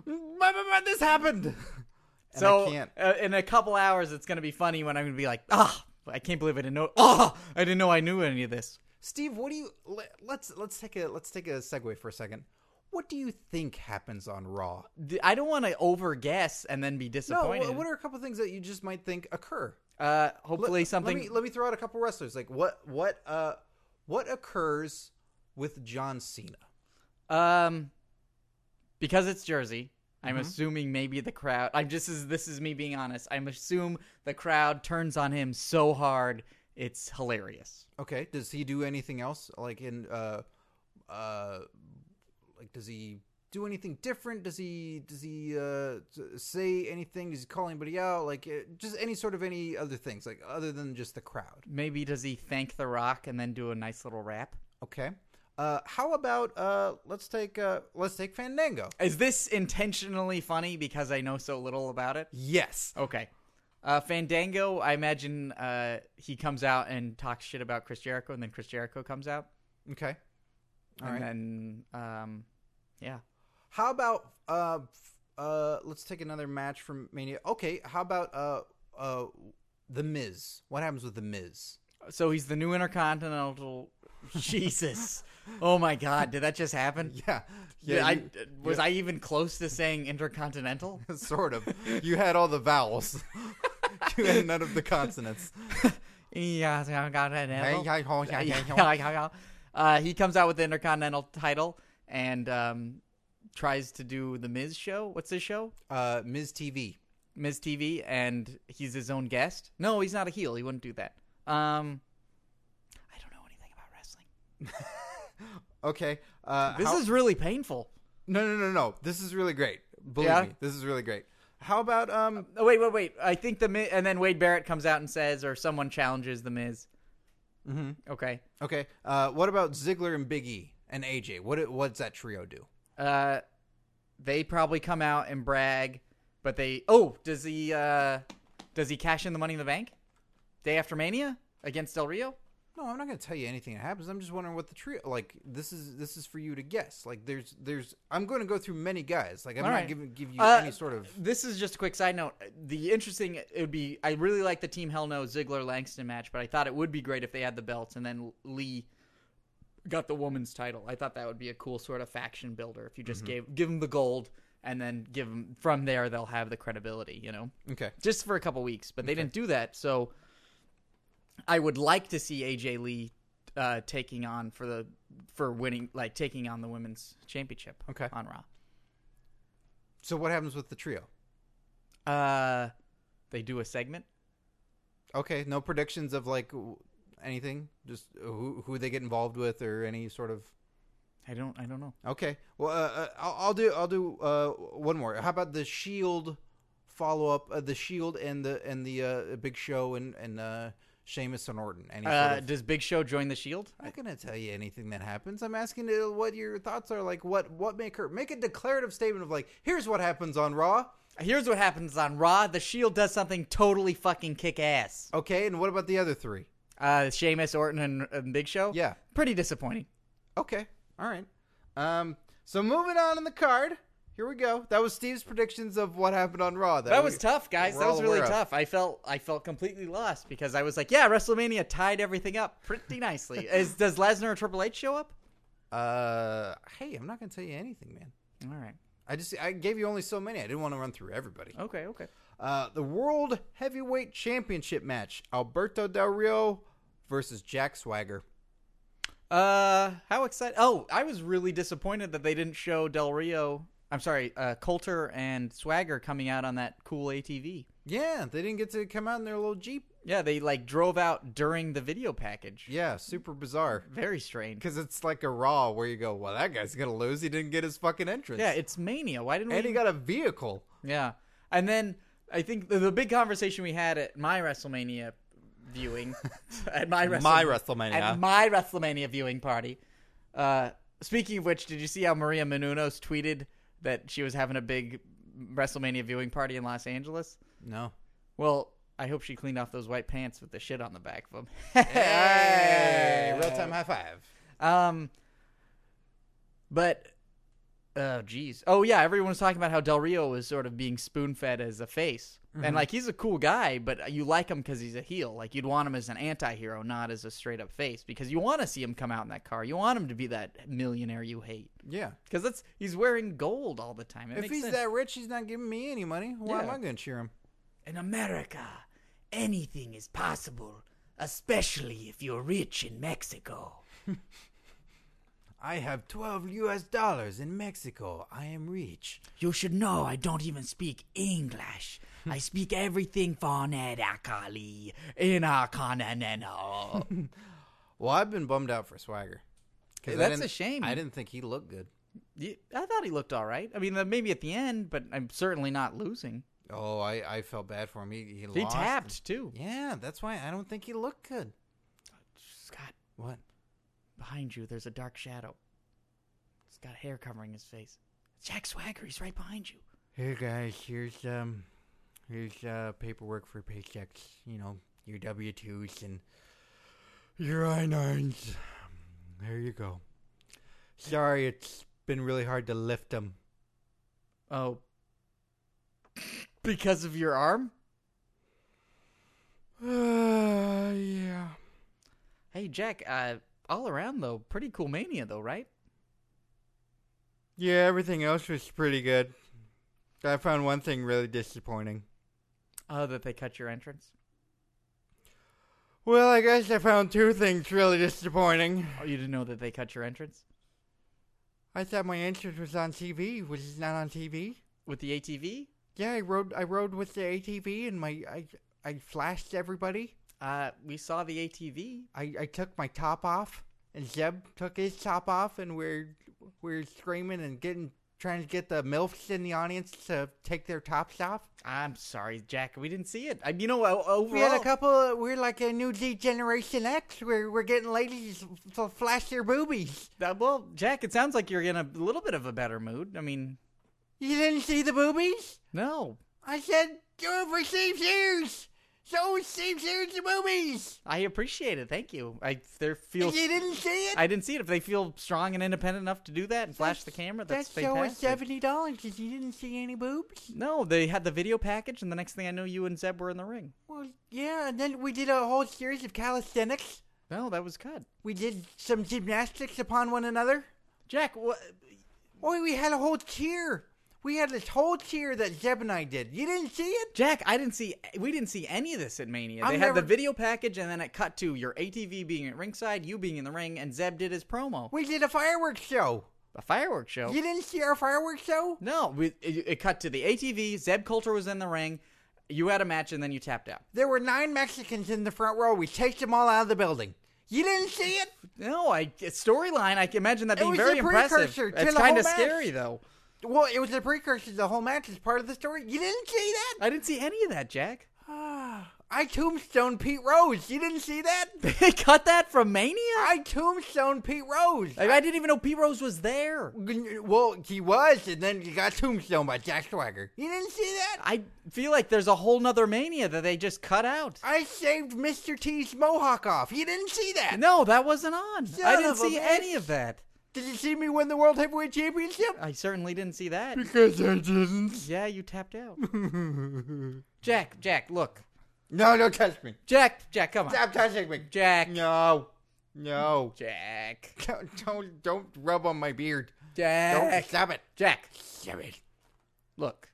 [SPEAKER 1] "Blah, blah, blah, "This happened!" [laughs] And
[SPEAKER 2] so
[SPEAKER 1] I can't.
[SPEAKER 2] Uh, in a couple hours, it's gonna be funny when I'm gonna be like, ah, I can't believe I didn't know. Ah, I didn't know I knew any of this.
[SPEAKER 1] Steve, what do you? Let, let's let's take a let's take a segue for a second. What do you think happens on Raw?
[SPEAKER 2] Th- I don't want to over guess and then be
[SPEAKER 1] No,
[SPEAKER 2] disappointed.
[SPEAKER 1] wh- what are a couple things that you just might think occur?
[SPEAKER 2] uh, hopefully
[SPEAKER 1] Let-
[SPEAKER 2] something.
[SPEAKER 1] Let me, let me throw out a couple wrestlers. Like what what uh what occurs with John Cena?
[SPEAKER 2] Um, because it's Jersey,
[SPEAKER 1] Mm-hmm.
[SPEAKER 2] I'm assuming maybe the crowd. I'm just as this is me being honest. I'm assume the crowd turns on him so hard it's hilarious.
[SPEAKER 1] Okay. Does he do anything else? Like in uh uh like does he do anything different? Does he does he uh s- say anything? Does he call anybody out? Like uh, just any sort of any other things like other than just the crowd.
[SPEAKER 2] Maybe does he thank The Rock and then do a nice little rap?
[SPEAKER 1] Okay. Uh how about uh let's take uh let's take Fandango.
[SPEAKER 2] Is this intentionally funny because I know so little about it?
[SPEAKER 1] Yes.
[SPEAKER 2] Okay. Uh, Fandango, I imagine uh, he comes out and talks shit about Chris Jericho, and then Chris Jericho comes out,
[SPEAKER 1] Okay. All
[SPEAKER 2] and
[SPEAKER 1] right.
[SPEAKER 2] then um, yeah,
[SPEAKER 1] How about uh f- uh let's take another match from Mania. Okay, how about uh uh the Miz? What happens with the Miz?
[SPEAKER 2] so he's the
[SPEAKER 1] [laughs]
[SPEAKER 2] new Intercontinental. Jesus, oh my God, did that just happen?
[SPEAKER 1] Yeah.
[SPEAKER 2] I
[SPEAKER 1] you-
[SPEAKER 2] was I even close to saying Intercontinental?
[SPEAKER 1] [laughs] sort of. You had all the vowels. [laughs] you had none of the
[SPEAKER 2] [laughs]
[SPEAKER 1] consonants.
[SPEAKER 2] Yeah, Intercontinental. [laughs]
[SPEAKER 1] okay.
[SPEAKER 2] Yeah. uh, he comes out with the Intercontinental title and um, tries to do the Miz show. What's his show?
[SPEAKER 1] Uh, Ms. TV.
[SPEAKER 2] Ms. TV, and he's his own guest. No, he's not a heel. He wouldn't do that. Um, I don't know anything about wrestling.
[SPEAKER 1] Okay. Uh,
[SPEAKER 2] This
[SPEAKER 1] how-
[SPEAKER 2] is really painful.
[SPEAKER 1] no, no, no, no. This is really great. Believe
[SPEAKER 2] Yeah?
[SPEAKER 1] me, this is really great. How about um?
[SPEAKER 2] Oh, wait, wait, wait. I think the Mi- and then Wade Barrett comes out and says, or someone challenges the Miz. Mm-hmm. Okay.
[SPEAKER 1] Okay. Uh, what about Ziggler and Big E and AJ? What what's that trio do?
[SPEAKER 2] Uh, they probably come out and brag, but they. Oh, does he? Uh, does he cash in the Money in the Bank day after Mania against Del Rio?
[SPEAKER 1] No, I'm not going to tell you anything that happens. I'm just wondering what the trio like. This is this is for you to guess. Like, there's there's. I'm going to go through many guys. Like, I'm
[SPEAKER 2] All
[SPEAKER 1] not
[SPEAKER 2] right.
[SPEAKER 1] giving give you
[SPEAKER 2] Uh,
[SPEAKER 1] any sort of.
[SPEAKER 2] This is just a quick side note. The interesting it would be I really like the team Hell No Ziggler Langston match, but I thought it would be great if they had the belts and then Lee got the woman's title. I thought that would be a cool sort of faction builder if you just gave give them the gold and then give them from there they'll have the credibility, you know.
[SPEAKER 1] Okay.
[SPEAKER 2] Just for a couple weeks, but they didn't do that. So I would like to see AJ Lee uh, taking on for the for winning like taking on the women's championship
[SPEAKER 1] Okay.
[SPEAKER 2] on Raw.
[SPEAKER 1] So what happens with the trio?
[SPEAKER 2] Uh, they do a segment.
[SPEAKER 1] Okay, no predictions of like w- anything. Just uh, who who they get involved with or any sort of.
[SPEAKER 2] I don't. I don't know.
[SPEAKER 1] Okay, well, uh, uh, I'll, I'll do I'll do uh, one more. How about the Shield follow up uh, the Shield and the and the uh, Big Show and and uh, Sheamus and Orton? Any sort
[SPEAKER 2] Uh,
[SPEAKER 1] of-
[SPEAKER 2] does Big Show join the Shield?
[SPEAKER 1] I'm not gonna tell you anything that happens. I'm asking you what your thoughts are. Like, what what make her make a declarative statement of like, here's what happens on Raw.
[SPEAKER 2] Here's what happens on Raw: the Shield does something totally fucking kick ass.
[SPEAKER 1] Okay, and what about the other three?
[SPEAKER 2] Uh, Sheamus, Orton, and, and Big Show.
[SPEAKER 1] Yeah.
[SPEAKER 2] pretty disappointing.
[SPEAKER 1] Okay, all right. Um, so moving on in the card. Here we go. That was Steve's predictions of what happened on Raw.
[SPEAKER 2] That
[SPEAKER 1] we-
[SPEAKER 2] was tough, guys.
[SPEAKER 1] we're
[SPEAKER 2] That
[SPEAKER 1] all
[SPEAKER 2] was really
[SPEAKER 1] aware of.
[SPEAKER 2] tough. I felt I felt completely lost because I was like, yeah, WrestleMania tied everything up pretty nicely.
[SPEAKER 1] [laughs]
[SPEAKER 2] Is, does Lesnar or Triple H show up?
[SPEAKER 1] Uh, hey, I'm not gonna tell you anything, man.
[SPEAKER 2] All right.
[SPEAKER 1] I just I gave you only so many. I didn't want to run through everybody.
[SPEAKER 2] Okay. Okay.
[SPEAKER 1] Uh, the World Heavyweight Championship match: Alberto Del Rio versus Jack Swagger.
[SPEAKER 2] Uh, how excited? Oh, I was really disappointed that they didn't show Del Rio. I'm sorry, uh, Coulter and Swagger coming out on that cool ATV.
[SPEAKER 1] Yeah, they didn't get to come out in their little jeep.
[SPEAKER 2] Yeah, they like drove out during the video package.
[SPEAKER 1] Yeah, super bizarre.
[SPEAKER 2] Very strange.
[SPEAKER 1] Because it's like a Raw where you go, well, that guy's gonna lose. He didn't get his fucking entrance.
[SPEAKER 2] Yeah, it's mania. Why didn't we?
[SPEAKER 1] and he got a vehicle.
[SPEAKER 2] yeah, and then I think the, the big conversation we had at my WrestleMania
[SPEAKER 1] [laughs]
[SPEAKER 2] viewing, at my Wrestle-
[SPEAKER 1] My WrestleMania.
[SPEAKER 2] at my WrestleMania viewing party. Uh, speaking of which, did you see how Maria Menounos tweeted that she was having a big WrestleMania viewing party in Los Angeles?
[SPEAKER 1] No.
[SPEAKER 2] Well, I hope she cleaned off those white pants with the shit on the back [laughs] of them.
[SPEAKER 1] Hey, real time high five.
[SPEAKER 2] Um, but oh, geez, oh yeah, everyone was talking about how Del Rio was sort of being spoon fed as a face, and like he's a cool guy, but you like him because he's a heel. Like you'd want him as an anti-hero, not as a straight up face, because you want to see him come out in that car. You want him to be that millionaire you hate,
[SPEAKER 1] Yeah.
[SPEAKER 2] because that's he's wearing gold all the time. It
[SPEAKER 1] If
[SPEAKER 2] makes
[SPEAKER 1] he's
[SPEAKER 2] sense.
[SPEAKER 1] that rich, he's not giving me any money. Why am
[SPEAKER 2] Yeah.
[SPEAKER 1] I gonna cheer him?
[SPEAKER 2] In America, anything is possible, especially if you're rich in Mexico.
[SPEAKER 1] I have twelve U.S. dollars in Mexico. I am rich.
[SPEAKER 2] You should know I don't even speak English. I speak everything phonetically in our [laughs] continental.
[SPEAKER 1] Well, I've been bummed out for Swagger. 'Cause I
[SPEAKER 2] That's
[SPEAKER 1] didn't-
[SPEAKER 2] a shame.
[SPEAKER 1] I didn't think he looked good.
[SPEAKER 2] I thought he looked all right. I mean, uh, maybe at the end, but I'm certainly not losing.
[SPEAKER 1] Oh, I, I felt bad for him. He he,
[SPEAKER 2] He
[SPEAKER 1] lost.
[SPEAKER 2] tapped too.
[SPEAKER 1] Yeah, that's why I don't think he looked good.
[SPEAKER 2] Scott,
[SPEAKER 1] What?
[SPEAKER 2] behind you, there's a dark shadow. He's got hair covering his face. Jack Swagger, he's right behind you.
[SPEAKER 1] Hey guys, here's um, here's uh paperwork for paychecks. You know your W twos and your I nines. There you go. Sorry, it's been really hard to lift them.
[SPEAKER 2] Oh, [laughs] because of your arm?
[SPEAKER 1] Uh, [sighs] yeah.
[SPEAKER 2] Hey, Jack. Uh, all around though, pretty cool mania though, right?
[SPEAKER 1] Yeah, everything else was pretty good. I found one thing really disappointing.
[SPEAKER 2] Oh, that they cut your entrance.
[SPEAKER 1] Well, I guess I found two things really disappointing.
[SPEAKER 2] Oh, you didn't know that they cut your entrance
[SPEAKER 1] I thought my entrance was on TV, which is not on TV.
[SPEAKER 2] with the ATV?
[SPEAKER 1] Yeah, I rode. I rode with the ATV, and my I I flashed everybody.
[SPEAKER 2] Uh, we saw the ATV.
[SPEAKER 1] I I took my top off, and Zeb took his top off, and we're we're screaming and getting trying to get the milfs in the audience to take their tops off.
[SPEAKER 2] I'm sorry, Jack. We didn't see it. I, you know, o- overall,
[SPEAKER 1] We had a couple. We're like a new Z Generation X. We're we're getting ladies to flash their boobies.
[SPEAKER 2] uh, well, Jack, it sounds like you're in a little bit of a better mood. I mean,
[SPEAKER 1] You didn't see the boobies?
[SPEAKER 2] no,
[SPEAKER 1] I said do it for Steve Sears. So is Steve Sears the boobies.
[SPEAKER 2] I appreciate it. Thank you. I they
[SPEAKER 1] You
[SPEAKER 2] feel.
[SPEAKER 1] didn't see it.
[SPEAKER 2] I didn't see it. If they feel strong and independent enough to do that and flash the camera, that's,
[SPEAKER 1] That show was
[SPEAKER 2] fantastic.
[SPEAKER 1] seventy dollars because you didn't see any boobs.
[SPEAKER 2] No, they had the video package, and the next thing I know, you and Zeb were in the ring.
[SPEAKER 1] Well, yeah, and then we did a whole series of calisthenics.
[SPEAKER 2] No, that was cut.
[SPEAKER 1] We did some gymnastics upon one another.
[SPEAKER 2] Jack, what?
[SPEAKER 1] Oh, we had a whole cheer. We had this whole cheer that Zeb and I did. You didn't see it?
[SPEAKER 2] Jack, I didn't see. We didn't see any of this at Mania.
[SPEAKER 1] I'm
[SPEAKER 2] they had the
[SPEAKER 1] never-
[SPEAKER 2] video package, and then it cut to your ATV being at ringside, you being in the ring, and Zeb did his promo,
[SPEAKER 1] We did a fireworks show.
[SPEAKER 2] a fireworks show.
[SPEAKER 1] You didn't see our fireworks show?
[SPEAKER 2] No, we, it, it cut to the ATV. Zeb Coulter was in the ring. You had a match, and then you tapped out.
[SPEAKER 1] There were nine Mexicans in the front row. We chased them all out of the building. You didn't see it?
[SPEAKER 2] No, I it's storyline. I can imagine that
[SPEAKER 1] It
[SPEAKER 2] being
[SPEAKER 1] was
[SPEAKER 2] very
[SPEAKER 1] a
[SPEAKER 2] impressive.
[SPEAKER 1] precursor to
[SPEAKER 2] it's
[SPEAKER 1] the
[SPEAKER 2] kind
[SPEAKER 1] whole
[SPEAKER 2] of
[SPEAKER 1] match.
[SPEAKER 2] scary though.
[SPEAKER 1] Well, it was the precursor to the whole match. It's part of the story. You didn't see that? Ah,
[SPEAKER 2] I didn't see any of that, Jack. [laughs]
[SPEAKER 1] I tombstone Pete Rose. You didn't see that?
[SPEAKER 2] They cut that from Mania?
[SPEAKER 1] I tombstone Pete Rose.
[SPEAKER 2] I, I didn't even know P Rose was there.
[SPEAKER 1] well, he was, and then he got tombstone by Jack Swagger. You didn't see that?
[SPEAKER 2] I feel like there's a whole nother Mania that they just cut out.
[SPEAKER 1] I saved Mr. T's mohawk off. You didn't see that?
[SPEAKER 2] No, that wasn't on. I
[SPEAKER 1] Son
[SPEAKER 2] didn't
[SPEAKER 1] of a
[SPEAKER 2] see
[SPEAKER 1] bitch.
[SPEAKER 2] any of that.
[SPEAKER 1] Did you see me win the World Heavyweight Championship?
[SPEAKER 2] I certainly didn't see that.
[SPEAKER 1] Because I didn't.
[SPEAKER 2] Yeah, you tapped [laughs] out. Jack, Jack, look.
[SPEAKER 1] No, don't touch me.
[SPEAKER 2] Jack, Jack, come on.
[SPEAKER 1] Stop touching me.
[SPEAKER 2] Jack,
[SPEAKER 1] No. No.
[SPEAKER 2] Jack,
[SPEAKER 1] Don't, don't, don't rub on my beard. Don't.
[SPEAKER 2] Jack,
[SPEAKER 1] Stop it.
[SPEAKER 2] Jack.
[SPEAKER 1] Stop it.
[SPEAKER 2] Look,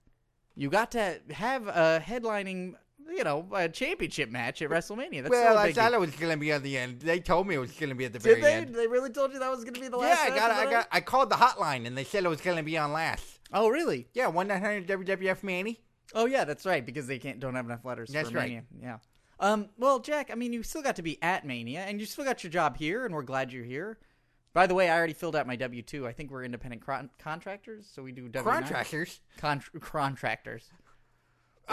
[SPEAKER 2] you got to have a headlining, you know, a championship match at WrestleMania. That's
[SPEAKER 1] Well,
[SPEAKER 2] not a
[SPEAKER 1] I
[SPEAKER 2] big
[SPEAKER 1] thought
[SPEAKER 2] deal.
[SPEAKER 1] it was going to be at the end. They told me it was going to be at the very
[SPEAKER 2] Did they?
[SPEAKER 1] end.
[SPEAKER 2] They really told you that was going to be the
[SPEAKER 1] Yeah,
[SPEAKER 2] last?
[SPEAKER 1] I
[SPEAKER 2] match
[SPEAKER 1] got,
[SPEAKER 2] of the
[SPEAKER 1] I
[SPEAKER 2] night?
[SPEAKER 1] got, I called the hotline and they said it was going to be on last.
[SPEAKER 2] Oh, really?
[SPEAKER 1] Yeah, one nine hundred WWF Manny.
[SPEAKER 2] Oh, yeah, that's right. Because they can't don't have enough letters
[SPEAKER 1] That's
[SPEAKER 2] for
[SPEAKER 1] right.
[SPEAKER 2] Mania. Yeah. Um. Well, Jack, I mean, you still got to be at Mania, and you still got your job here, and we're glad you're here. By the way, I already filled out my W two. I think we're independent con- contractors, so we do W
[SPEAKER 1] Contractors.
[SPEAKER 2] contractors.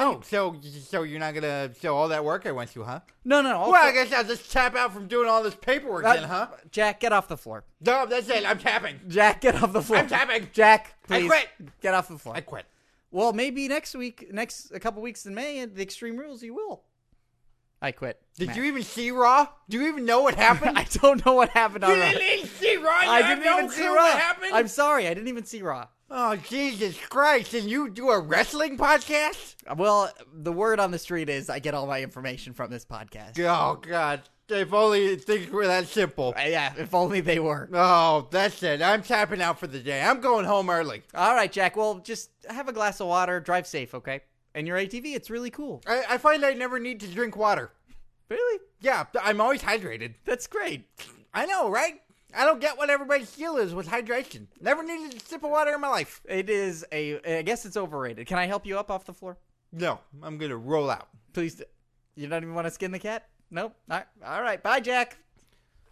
[SPEAKER 1] Oh, so so you're not gonna so all that work I went through, huh?
[SPEAKER 2] No, no. I'll
[SPEAKER 1] Well, I guess I'll just tap out from doing all this paperwork
[SPEAKER 2] Uh,
[SPEAKER 1] then, huh?
[SPEAKER 2] Jack, get off the floor.
[SPEAKER 1] No, that's it. I'm tapping.
[SPEAKER 2] Jack, get off the floor.
[SPEAKER 1] I'm tapping.
[SPEAKER 2] Jack,
[SPEAKER 1] I
[SPEAKER 2] please.
[SPEAKER 1] quit.
[SPEAKER 2] Get off the floor.
[SPEAKER 1] I quit.
[SPEAKER 2] well, maybe next week, next a couple weeks in May, at the Extreme Rules, you will. I quit.
[SPEAKER 1] Did
[SPEAKER 2] Matt. [laughs]
[SPEAKER 1] you even see Raw? Do you even know what [laughs] happened?
[SPEAKER 2] I don't know what happened on
[SPEAKER 1] you
[SPEAKER 2] Raw.
[SPEAKER 1] didn't even see Raw. You
[SPEAKER 2] [laughs] I
[SPEAKER 1] have
[SPEAKER 2] didn't
[SPEAKER 1] no
[SPEAKER 2] even see
[SPEAKER 1] clue
[SPEAKER 2] Raw.
[SPEAKER 1] What happened?
[SPEAKER 2] I'm sorry, I didn't even see Raw.
[SPEAKER 1] Oh Jesus Christ! And you do a wrestling podcast?
[SPEAKER 2] Well, the word on the street is I get all my information from this podcast.
[SPEAKER 1] Oh God! If only things were that simple.
[SPEAKER 2] Uh, Yeah, if only they were.
[SPEAKER 1] Oh, that's it. I'm tapping out for the day. I'm going home early.
[SPEAKER 2] All right, Jack. Well, just have a glass of water. Drive safe, okay? And your ATV, it's really cool.
[SPEAKER 1] I, I find I never need to drink water.
[SPEAKER 2] Really?
[SPEAKER 1] Yeah, I'm always hydrated.
[SPEAKER 2] That's great.
[SPEAKER 1] I know, right? I don't get what everybody's deal is with hydration. Never needed a sip of water in my life.
[SPEAKER 2] It is a. I guess it's overrated. Can I help you up off the floor?
[SPEAKER 1] No, I'm gonna roll out.
[SPEAKER 2] Please. d- You don't even want to skin the cat? Nope. All right. All right. Bye, Jack.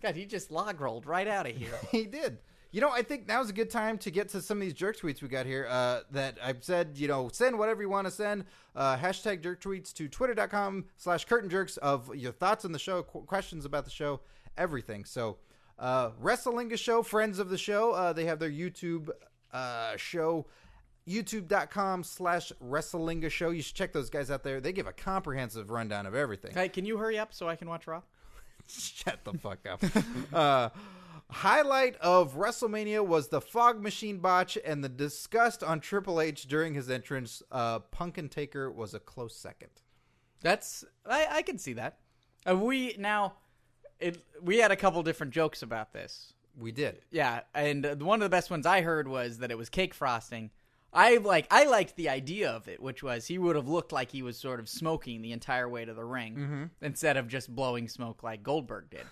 [SPEAKER 2] God, he just log rolled right out of here.
[SPEAKER 1] [laughs] He did. You know, I think now's a good time to get to some of these jerk tweets we got here. Uh, that I've said, you know, send whatever you want to send. Uh, hashtag jerk tweets to twitter.com slash curtain jerks of your thoughts on the show, qu- questions about the show, everything. So, uh, Wrestlinga Show, friends of the show, uh, they have their YouTube uh, show youtube.com slash wrestlinga show you should check those guys out there they give a comprehensive rundown of everything
[SPEAKER 2] Hey, can you hurry up so I can watch Raw?
[SPEAKER 1] [laughs] Shut the fuck up. [laughs] uh, highlight of WrestleMania was the fog machine botch and the disgust on Triple H during his entrance. Uh, Punk and Taker was a close second.
[SPEAKER 2] That's I, I can see that. Uh, we now, it we had a couple different jokes about this.
[SPEAKER 1] We did.
[SPEAKER 2] Yeah, and uh, one of the best ones I heard was that it was cake frosting. I like I liked the idea of it, which was he would have looked like he was sort of smoking the entire way to the ring instead of just blowing smoke like Goldberg did.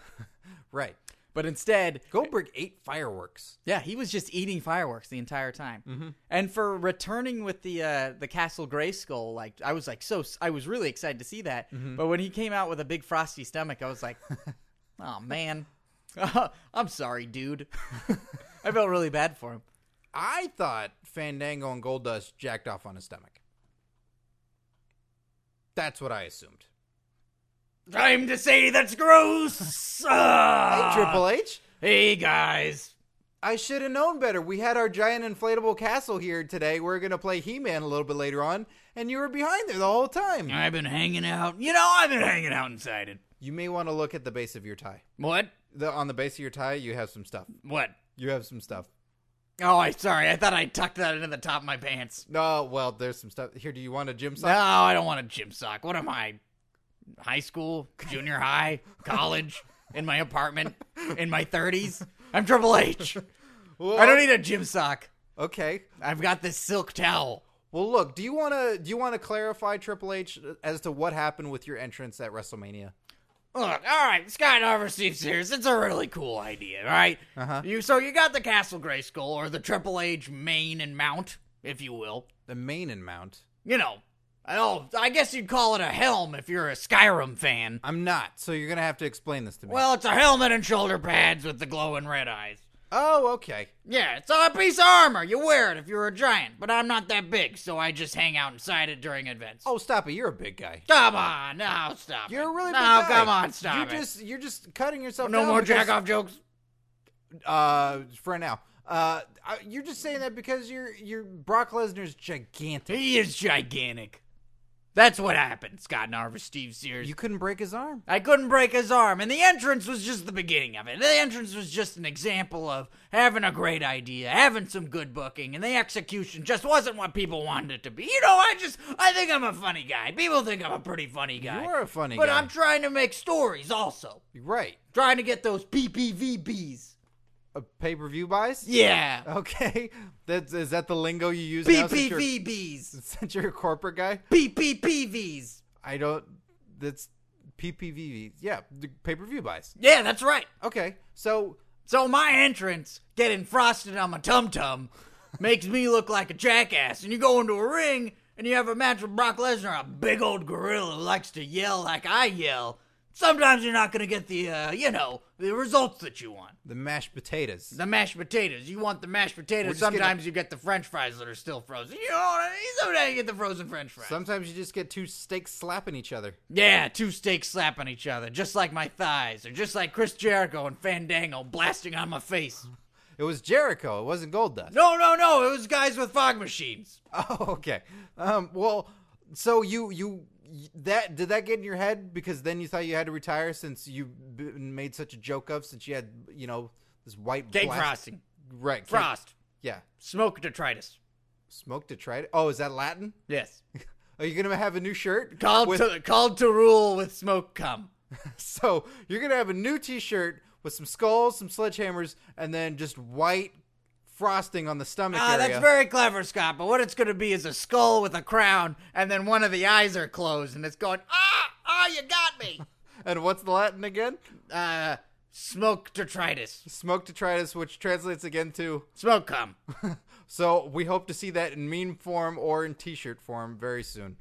[SPEAKER 1] Right.
[SPEAKER 2] But instead,
[SPEAKER 1] Goldberg ate fireworks.
[SPEAKER 2] yeah, he was just eating fireworks the entire time. Mm-hmm. And for returning with the uh, the Castle Gray Skull, like I was like so I was really excited to see that. But when he came out with a big frosty stomach, I was [laughs] like, oh man, [laughs] I'm sorry, dude. [laughs] I felt really bad for him.
[SPEAKER 1] I thought Fandango and Goldust jacked off on his stomach. That's what I assumed.
[SPEAKER 2] Time to say that's [laughs] gross. Ah.
[SPEAKER 1] hey, Triple H.
[SPEAKER 2] Hey guys.
[SPEAKER 1] I should have known better. We had our giant inflatable castle here today. We're going to play He Man a little bit later on, and you were behind there the whole time.
[SPEAKER 2] I've been hanging out. You know, I've been hanging out inside it.
[SPEAKER 1] You may want to look at the base of your tie.
[SPEAKER 2] What?
[SPEAKER 1] The, on the base of your tie, you have some stuff.
[SPEAKER 2] What?
[SPEAKER 1] You have some stuff.
[SPEAKER 2] Oh, I sorry. I thought I tucked that into the top of my pants.
[SPEAKER 1] No, well, there's some stuff here. Do you want a gym
[SPEAKER 2] No,
[SPEAKER 1] sock?
[SPEAKER 2] I don't want a gym sock. What am I? High school, junior high, college, in my apartment, in my 30s? I'm Triple H.
[SPEAKER 1] Well,
[SPEAKER 2] I don't need a gym sock.
[SPEAKER 1] Okay.
[SPEAKER 2] I've got this silk towel.
[SPEAKER 1] Well, look. Do you want to do you want to clarify Triple H as to what happened with your entrance at WrestleMania?
[SPEAKER 2] Look, all right, Sky Diver Steve Sears, it's a really cool idea, all right? Uh-huh. You, so you got the Castle Gray Skull, or the Triple H mane and mount, if you will.
[SPEAKER 1] The main and mount.
[SPEAKER 2] You know, oh, I guess you'd call it a helm if you're a Skyrim fan.
[SPEAKER 1] I'm not. So you're gonna have to explain this to me.
[SPEAKER 2] Well, it's a helmet and shoulder pads with the glowing red eyes.
[SPEAKER 1] Oh, okay.
[SPEAKER 2] Yeah, it's a piece of armor. You wear it if you're a giant, but I'm not that big, so I just hang out inside it during events.
[SPEAKER 1] Oh, stop it. You're a big guy.
[SPEAKER 2] Come on, now stop.
[SPEAKER 1] You're a
[SPEAKER 2] it.
[SPEAKER 1] really big
[SPEAKER 2] no,
[SPEAKER 1] guy.
[SPEAKER 2] come on, stop
[SPEAKER 1] you're
[SPEAKER 2] it.
[SPEAKER 1] Just, you're just cutting yourself
[SPEAKER 2] no
[SPEAKER 1] down
[SPEAKER 2] more
[SPEAKER 1] because-
[SPEAKER 2] jack off jokes.
[SPEAKER 1] Uh, for now. Uh, I- you're just saying that because you're, you're Brock Lesnar's gigantic.
[SPEAKER 2] He is gigantic. That's what happened, Scott Narver, Steve Sears.
[SPEAKER 1] You couldn't break his arm.
[SPEAKER 2] I couldn't break his arm, and the entrance was just the beginning of it. The entrance was just an example of having a great idea, having some good booking, and the execution just wasn't what people wanted it to be. You know, I just, I think I'm a funny guy. People think I'm a pretty funny guy.
[SPEAKER 1] You're a funny
[SPEAKER 2] But
[SPEAKER 1] guy.
[SPEAKER 2] I'm trying to make stories also.
[SPEAKER 1] Right.
[SPEAKER 2] Trying to get those PPVBs.
[SPEAKER 1] Uh, pay per view buys?
[SPEAKER 2] Yeah.
[SPEAKER 1] Okay. [laughs] That's, is Uh, that the lingo you use now since you're,
[SPEAKER 2] PPVBs.
[SPEAKER 1] since you're a corporate guy?
[SPEAKER 2] PPPVs.
[SPEAKER 1] I don't. That's PPV. Yeah, pay per view buys.
[SPEAKER 2] Yeah, that's right.
[SPEAKER 1] Okay, so
[SPEAKER 2] So my entrance, getting frosted on my tum tum, makes me look like a jackass. And you go into a ring and you have a match with Brock Lesnar, a big old gorilla who likes to yell like I yell. Sometimes you're not gonna get the, uh, you know, the results that you want.
[SPEAKER 1] the mashed potatoes.
[SPEAKER 2] The mashed potatoes. You want the mashed potatoes.
[SPEAKER 1] just gonna-
[SPEAKER 2] Sometimes you get the French fries that are still frozen. You know what I mean? Sometimes you get the frozen French fries.
[SPEAKER 1] Sometimes you just get two steaks slapping each other.
[SPEAKER 2] Yeah, two steaks slapping each other, just like my thighs, or just like Chris Jericho and Fandango blasting on my face.
[SPEAKER 1] It was Jericho. It wasn't Gold Dust.
[SPEAKER 2] No, no, no. It was guys with fog machines.
[SPEAKER 1] [laughs] Oh, okay. Um. Well, so you you that did that get in your head because then you thought you had to retire since you b- made such a joke of since you had you know this white
[SPEAKER 2] Gate
[SPEAKER 1] blast-
[SPEAKER 2] frosting.
[SPEAKER 1] right cake-
[SPEAKER 2] Frost.
[SPEAKER 1] yeah
[SPEAKER 2] Smoke detritus.
[SPEAKER 1] smoke detritus oh is that Latin [laughs]
[SPEAKER 2] Yes.
[SPEAKER 1] are you gonna have a new shirt
[SPEAKER 2] Called
[SPEAKER 1] with
[SPEAKER 2] to called to rule with smoke cum.
[SPEAKER 1] [laughs] So you're gonna have a new T-shirt with some skulls, some sledgehammers, and then just white frosting on the stomach
[SPEAKER 2] Ah,
[SPEAKER 1] area.
[SPEAKER 2] that's very clever, Scott. But what it's going to be is a skull with a crown, and then one of the eyes are closed, and it's going ah ah. You got me.
[SPEAKER 1] and what's the Latin again?
[SPEAKER 2] uh, smoke detritus.
[SPEAKER 1] Smoke detritus, which translates again to.
[SPEAKER 2] Smoke cum.
[SPEAKER 1] So we hope to see that in meme form or in T-shirt form very soon.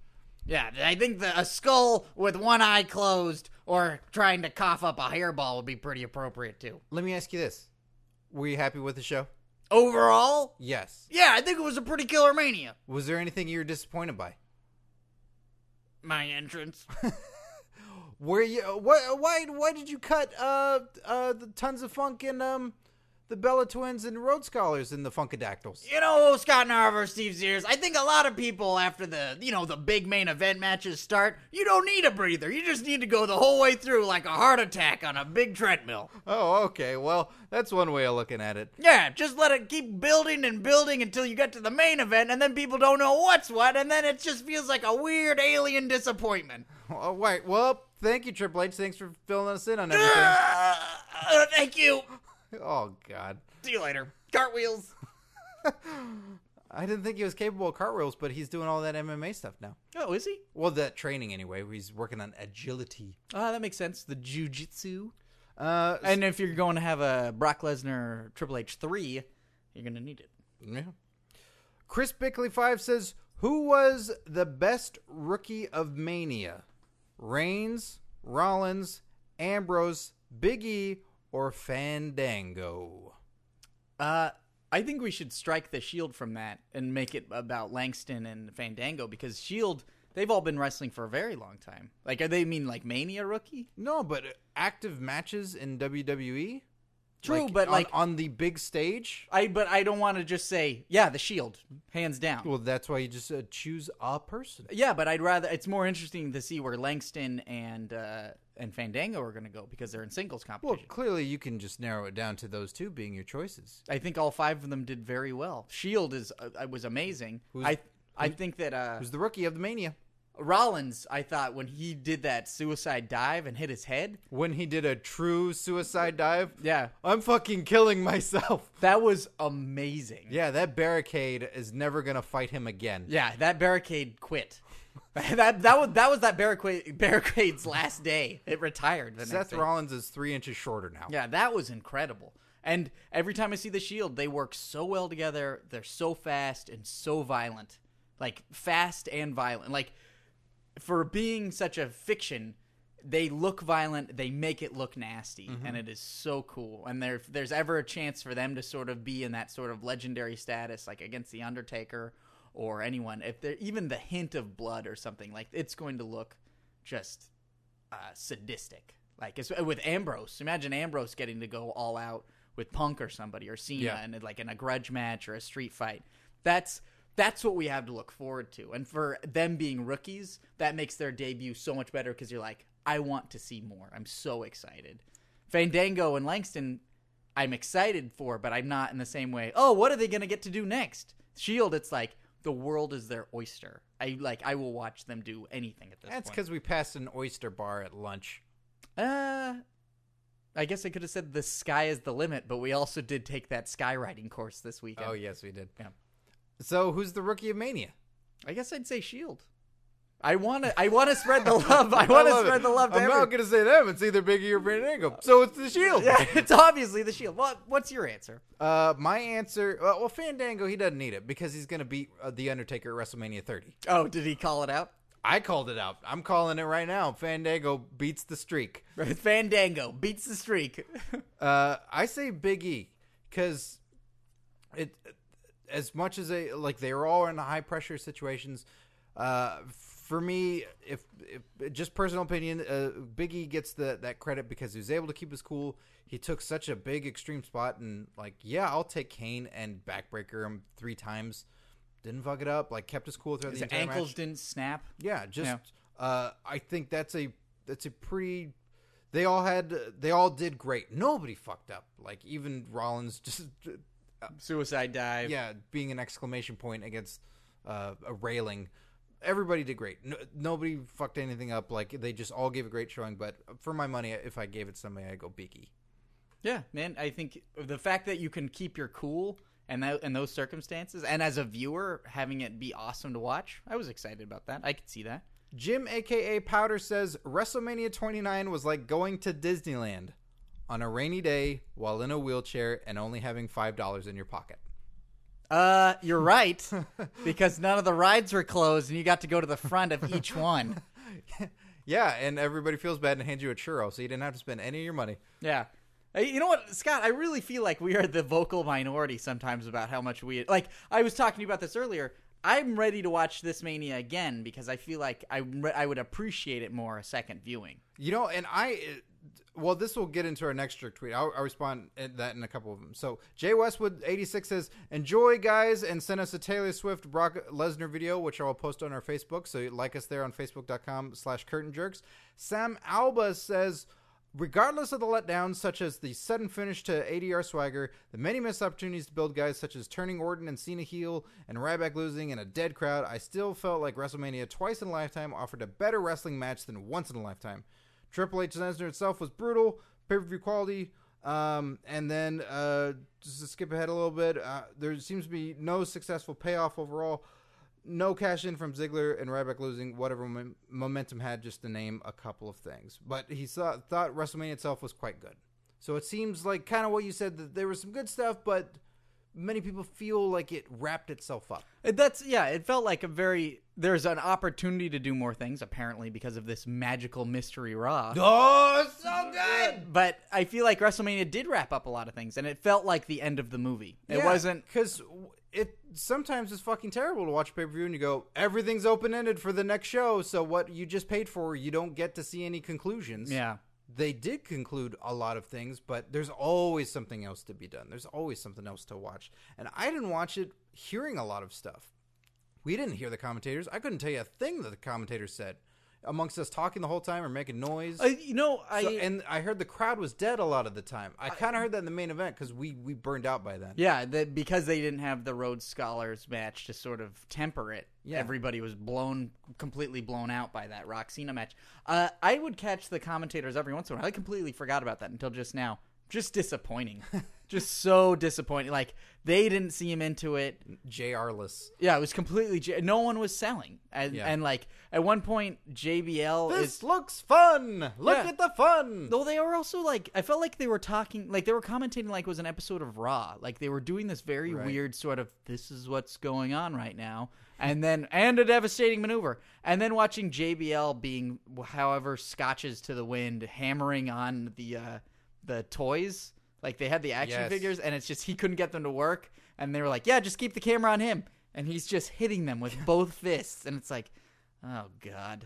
[SPEAKER 2] Yeah, I think the, a skull with one eye closed or trying to cough up a hairball would be pretty appropriate too.
[SPEAKER 1] Let me ask you this: Were you happy with the show?
[SPEAKER 2] Overall,
[SPEAKER 1] Yes.
[SPEAKER 2] yeah, I think it was a pretty killer mania.
[SPEAKER 1] Was there anything you were disappointed by?
[SPEAKER 2] my entrance.
[SPEAKER 1] Were you why why why did you cut uh uh the tons of funk and um the Bella Twins and Rhodes Scholars and the Funkadactyls?
[SPEAKER 2] you know, Scott Narver, Steve Sears, I think a lot of people after the, you know, the big main event matches start, you don't need a breather. You just need to go the whole way through like a heart attack on a big treadmill.
[SPEAKER 1] Oh, okay. Well, that's one way of looking at it.
[SPEAKER 2] Yeah, just let it keep building and building until you get to the main event and then people don't know what's what and then it just feels like a weird alien disappointment.
[SPEAKER 1] All right. Well, thank you, Triple H. Thanks for filling us in on [laughs] everything.
[SPEAKER 2] Ah, [laughs] thank you.
[SPEAKER 1] oh God,
[SPEAKER 2] See you later. Cartwheels.
[SPEAKER 1] I didn't think he was capable of cartwheels, but he's doing all that MMA stuff now.
[SPEAKER 2] Oh, is he?
[SPEAKER 1] Well, that training anyway. He's working on agility.
[SPEAKER 2] Ah, that makes sense. The jujitsu.
[SPEAKER 1] Uh,
[SPEAKER 2] And if you're going to have a Brock Lesnar Triple H three, you're going to need it.
[SPEAKER 1] yeah. Chris Bickley five says, "Who was the best rookie of Mania? Reigns, Rollins, Ambrose, Big E, or Fandango?"
[SPEAKER 2] Uh, I think we should strike the Shield from that and make it about Langston and Fandango because Shield they've all been wrestling for a very long time. Like, are they mean like Mania rookie?
[SPEAKER 1] No, but active matches in WWE.
[SPEAKER 2] True, but
[SPEAKER 1] on-
[SPEAKER 2] like
[SPEAKER 1] on the big stage.
[SPEAKER 2] I, but I don't want to just say yeah, the Shield, hands down.
[SPEAKER 1] Well, that's why you just uh, choose a person.
[SPEAKER 2] yeah, but I'd rather it's more interesting to see where Langston and uh, and Fandango are going to go because they're in singles
[SPEAKER 1] Well,
[SPEAKER 2] competition.
[SPEAKER 1] clearly you can just narrow it down to those two being your choices.
[SPEAKER 2] I think all five of them did very well. Shield is uh, was amazing. I I think that uh,
[SPEAKER 1] Who's the rookie of the Mania?
[SPEAKER 2] Rollins, I thought when he did that suicide dive and hit his head,
[SPEAKER 1] When he did a true suicide dive.
[SPEAKER 2] yeah,
[SPEAKER 1] I'm fucking killing myself. [laughs]
[SPEAKER 2] that was amazing.
[SPEAKER 1] Yeah, that barricade is never gonna fight him again.
[SPEAKER 2] Yeah, that barricade quit. [laughs] that that was that was that barricade barricade's last day. It retired. The next
[SPEAKER 1] Seth
[SPEAKER 2] day.
[SPEAKER 1] Rollins is three inches shorter now.
[SPEAKER 2] Yeah, that was incredible. And every time I see the Shield, they work so well together. They're so fast and so violent, like fast and violent. Like for being such a fiction, they look violent, they make it look nasty, and it is so cool. And there, if there's ever a chance for them to sort of be in that sort of legendary status, like against the Undertaker or anyone, if there even the hint of blood or something, like it's going to look just uh, sadistic. Like it's, with Ambrose, imagine Ambrose getting to go all out with Punk or somebody or Cena,
[SPEAKER 1] Yeah.
[SPEAKER 2] and like in a grudge match or a street fight. That's that's what we have to look forward to. And for them being rookies, that makes their debut so much better because you're like, I want to see more. I'm so excited. Fandango and Langston, I'm excited for, but I'm not in the same way. Oh, what are they gonna get to do next? Shield, it's like the world is their oyster. I like I will watch them do anything at this
[SPEAKER 1] That's
[SPEAKER 2] point.
[SPEAKER 1] because we passed an oyster bar at lunch.
[SPEAKER 2] Uh, I guess I could have said the sky is the limit, but we also did take that skywriting course this weekend.
[SPEAKER 1] Oh yes, we did.
[SPEAKER 2] Yeah.
[SPEAKER 1] So who's the rookie of Mania?
[SPEAKER 2] I guess I'd say Shield. I want to. I want to spread
[SPEAKER 1] [laughs]
[SPEAKER 2] the love. [laughs] I want to
[SPEAKER 1] love it.
[SPEAKER 2] spread the love. To
[SPEAKER 1] I'm not
[SPEAKER 2] everyone.
[SPEAKER 1] gonna say them. It's either Biggie or Brandon Angle. So it's the Shield.
[SPEAKER 2] Yeah, [laughs] it's obviously the Shield. E What? What's your answer?
[SPEAKER 1] [laughs] Uh, my answer. Uh, well, Fandango he doesn't need it because he's gonna beat uh, the Undertaker at WrestleMania 30.
[SPEAKER 2] Oh, did he call it out?
[SPEAKER 1] I called it out. I'm calling it right now. Fandango beats the streak.
[SPEAKER 2] [laughs] Fandango beats
[SPEAKER 1] [laughs]
[SPEAKER 2] the streak.
[SPEAKER 1] Uh, I say Big E because it as much as they like they were all in high pressure situations. Uh, for me, if, if just personal opinion, uh, Big E gets the that credit because he was able to keep his cool. He took such a big extreme spot and like yeah, I'll take Kane and backbreaker him three times. Didn't fuck it up. Like kept his cool throughout
[SPEAKER 2] His
[SPEAKER 1] the entire
[SPEAKER 2] ankles
[SPEAKER 1] match.
[SPEAKER 2] didn't snap.
[SPEAKER 1] Yeah, just Uh, I think that's a that's a pretty. They all had they all did great. Nobody fucked up. Like even Rollins, [laughs] just
[SPEAKER 2] Suicide dive.
[SPEAKER 1] yeah, being an exclamation point against uh, a railing. Everybody did great. No, nobody fucked anything up. Like they just all gave a great showing. But for my money, if I gave it somebody, I go Biggie.
[SPEAKER 2] Yeah, man. I think the fact that you can keep your cool and that in those circumstances, and as a viewer having it be awesome to watch, I was excited about that. I could see that.
[SPEAKER 1] Jim, aka Powder, says WrestleMania 29 was like going to Disneyland on a rainy day while in a wheelchair and only having five dollars in your pocket.
[SPEAKER 2] Uh, you're right, because none of the rides were closed, and you got to go to the front of each one.
[SPEAKER 1] Yeah, and everybody feels bad and hands you a churro, so you didn't have to spend any of your money.
[SPEAKER 2] Yeah. Hey, You know what, Scott? I really feel like we are the vocal minority sometimes about how much we like. I was talking to you about this earlier. I'm ready to watch this mania again because I feel like I re- I would appreciate it more a second viewing.
[SPEAKER 1] You know, and I, well, this will get into our next trick tweet. I'll, I'll respond at that in a couple of them. So Jay Westwood eighty six says, "Enjoy, guys," and send us a Taylor Swift Brock Lesnar video, which I will post on our Facebook. So like us there on Facebook.com slash Curtain Jerks. Sam Alba says. Regardless of the letdowns, such as the sudden finish to ADR Swagger, the many missed opportunities to build guys such as turning Orton and Cena heel, and Ryback losing and a dead crowd, I still felt like WrestleMania twice in a lifetime offered a better wrestling match than once in a lifetime. Triple H Lesnar itself was brutal, pay per view quality. Um, and then uh, just to skip ahead a little bit, uh, there seems to be no successful payoff overall. No cash in from Ziggler and Ryback losing whatever mom- momentum had, just to name a couple of things. But he saw, thought WrestleMania itself was quite good. So it seems like kind of what you said that there was some good stuff, but many people feel like it wrapped itself up.
[SPEAKER 2] That's yeah. It felt like a very there's an opportunity to do more things apparently because of this magical mystery Raw.
[SPEAKER 1] Oh, so good!
[SPEAKER 2] But I feel like WrestleMania did wrap up a lot of things, and it felt like the end of the movie. It wasn't.
[SPEAKER 1] because it sometimes is fucking terrible to watch pay per view and you go everything's open ended for the next show. So what you just paid for, you don't get to see any conclusions.
[SPEAKER 2] Yeah.
[SPEAKER 1] they did conclude a lot of things, but there's always something else to be done. There's always something else to watch, and I didn't watch it hearing a lot of stuff. We didn't hear the commentators. I couldn't tell you a thing that the commentators said amongst us talking the whole time or making noise.
[SPEAKER 2] Uh, you know, I
[SPEAKER 1] So- and I heard the crowd was dead a lot of the time. I kind of heard that in the main event because we we burned out by then.
[SPEAKER 2] Yeah, that because they didn't have the Rhodes Scholars match to sort of temper it.
[SPEAKER 1] Yeah.
[SPEAKER 2] Everybody was blown completely blown out by that Roxina match. Uh, I would catch the commentators every once in a while. I completely forgot about that until just now. just
[SPEAKER 1] [laughs]
[SPEAKER 2] disappointing. just so disappointing. Like they didn't see him into it.
[SPEAKER 1] JR-less.
[SPEAKER 2] Yeah, it was completely. J- no one was selling, and
[SPEAKER 1] Yeah.
[SPEAKER 2] and like at one point JBL
[SPEAKER 1] This
[SPEAKER 2] is.
[SPEAKER 1] looks fun. Look
[SPEAKER 2] Yeah.
[SPEAKER 1] at the fun.
[SPEAKER 2] Though they were also like, I felt like they were talking, like they were commentating, like it was an episode of Raw. Like they were doing this very
[SPEAKER 1] Right.
[SPEAKER 2] weird sort of, this is what's going on right now, and then and a devastating maneuver, and then watching JBL being, however, scotches to the wind, hammering on the uh the toys. Like they had the action
[SPEAKER 1] Yes.
[SPEAKER 2] figures, and it's just he couldn't get them to work, and they were like, yeah, just keep the camera on him, and he's just hitting them with both fists, and it's like, oh
[SPEAKER 1] [laughs]
[SPEAKER 2] god,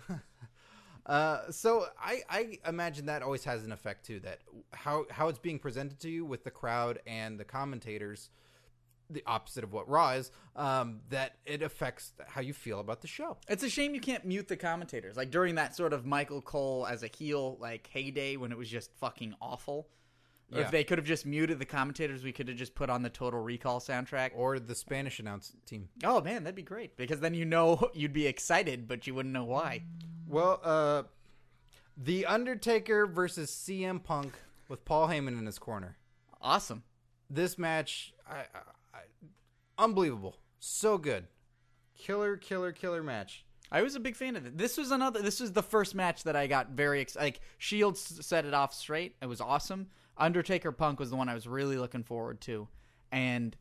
[SPEAKER 1] Uh, so I, I imagine that always has an effect too. That how how it's being presented to you with the crowd and the commentators, the opposite of what Raw is. Um, that it affects how you feel about the show.
[SPEAKER 2] It's a shame you can't mute the commentators. Like during that sort of Michael Cole as a heel like heyday when it was just fucking awful. Or
[SPEAKER 1] Yeah.
[SPEAKER 2] If they could have just muted the commentators, we could have just put on the Total Recall soundtrack.
[SPEAKER 1] Or the Spanish announced team.
[SPEAKER 2] oh man, that'd be great because then you know [laughs] you'd be excited, but you wouldn't know why.
[SPEAKER 1] Well, uh, the Undertaker versus CM Punk with Paul Heyman in his corner.
[SPEAKER 2] Awesome.
[SPEAKER 1] This match, I, I, I unbelievable. So good, killer, killer, killer match.
[SPEAKER 2] I was a big fan of it. This was another. This was the first match that I got very excited. Like Shield s- set it off straight. It was awesome. Undertaker Punk was the one I was really looking forward to, and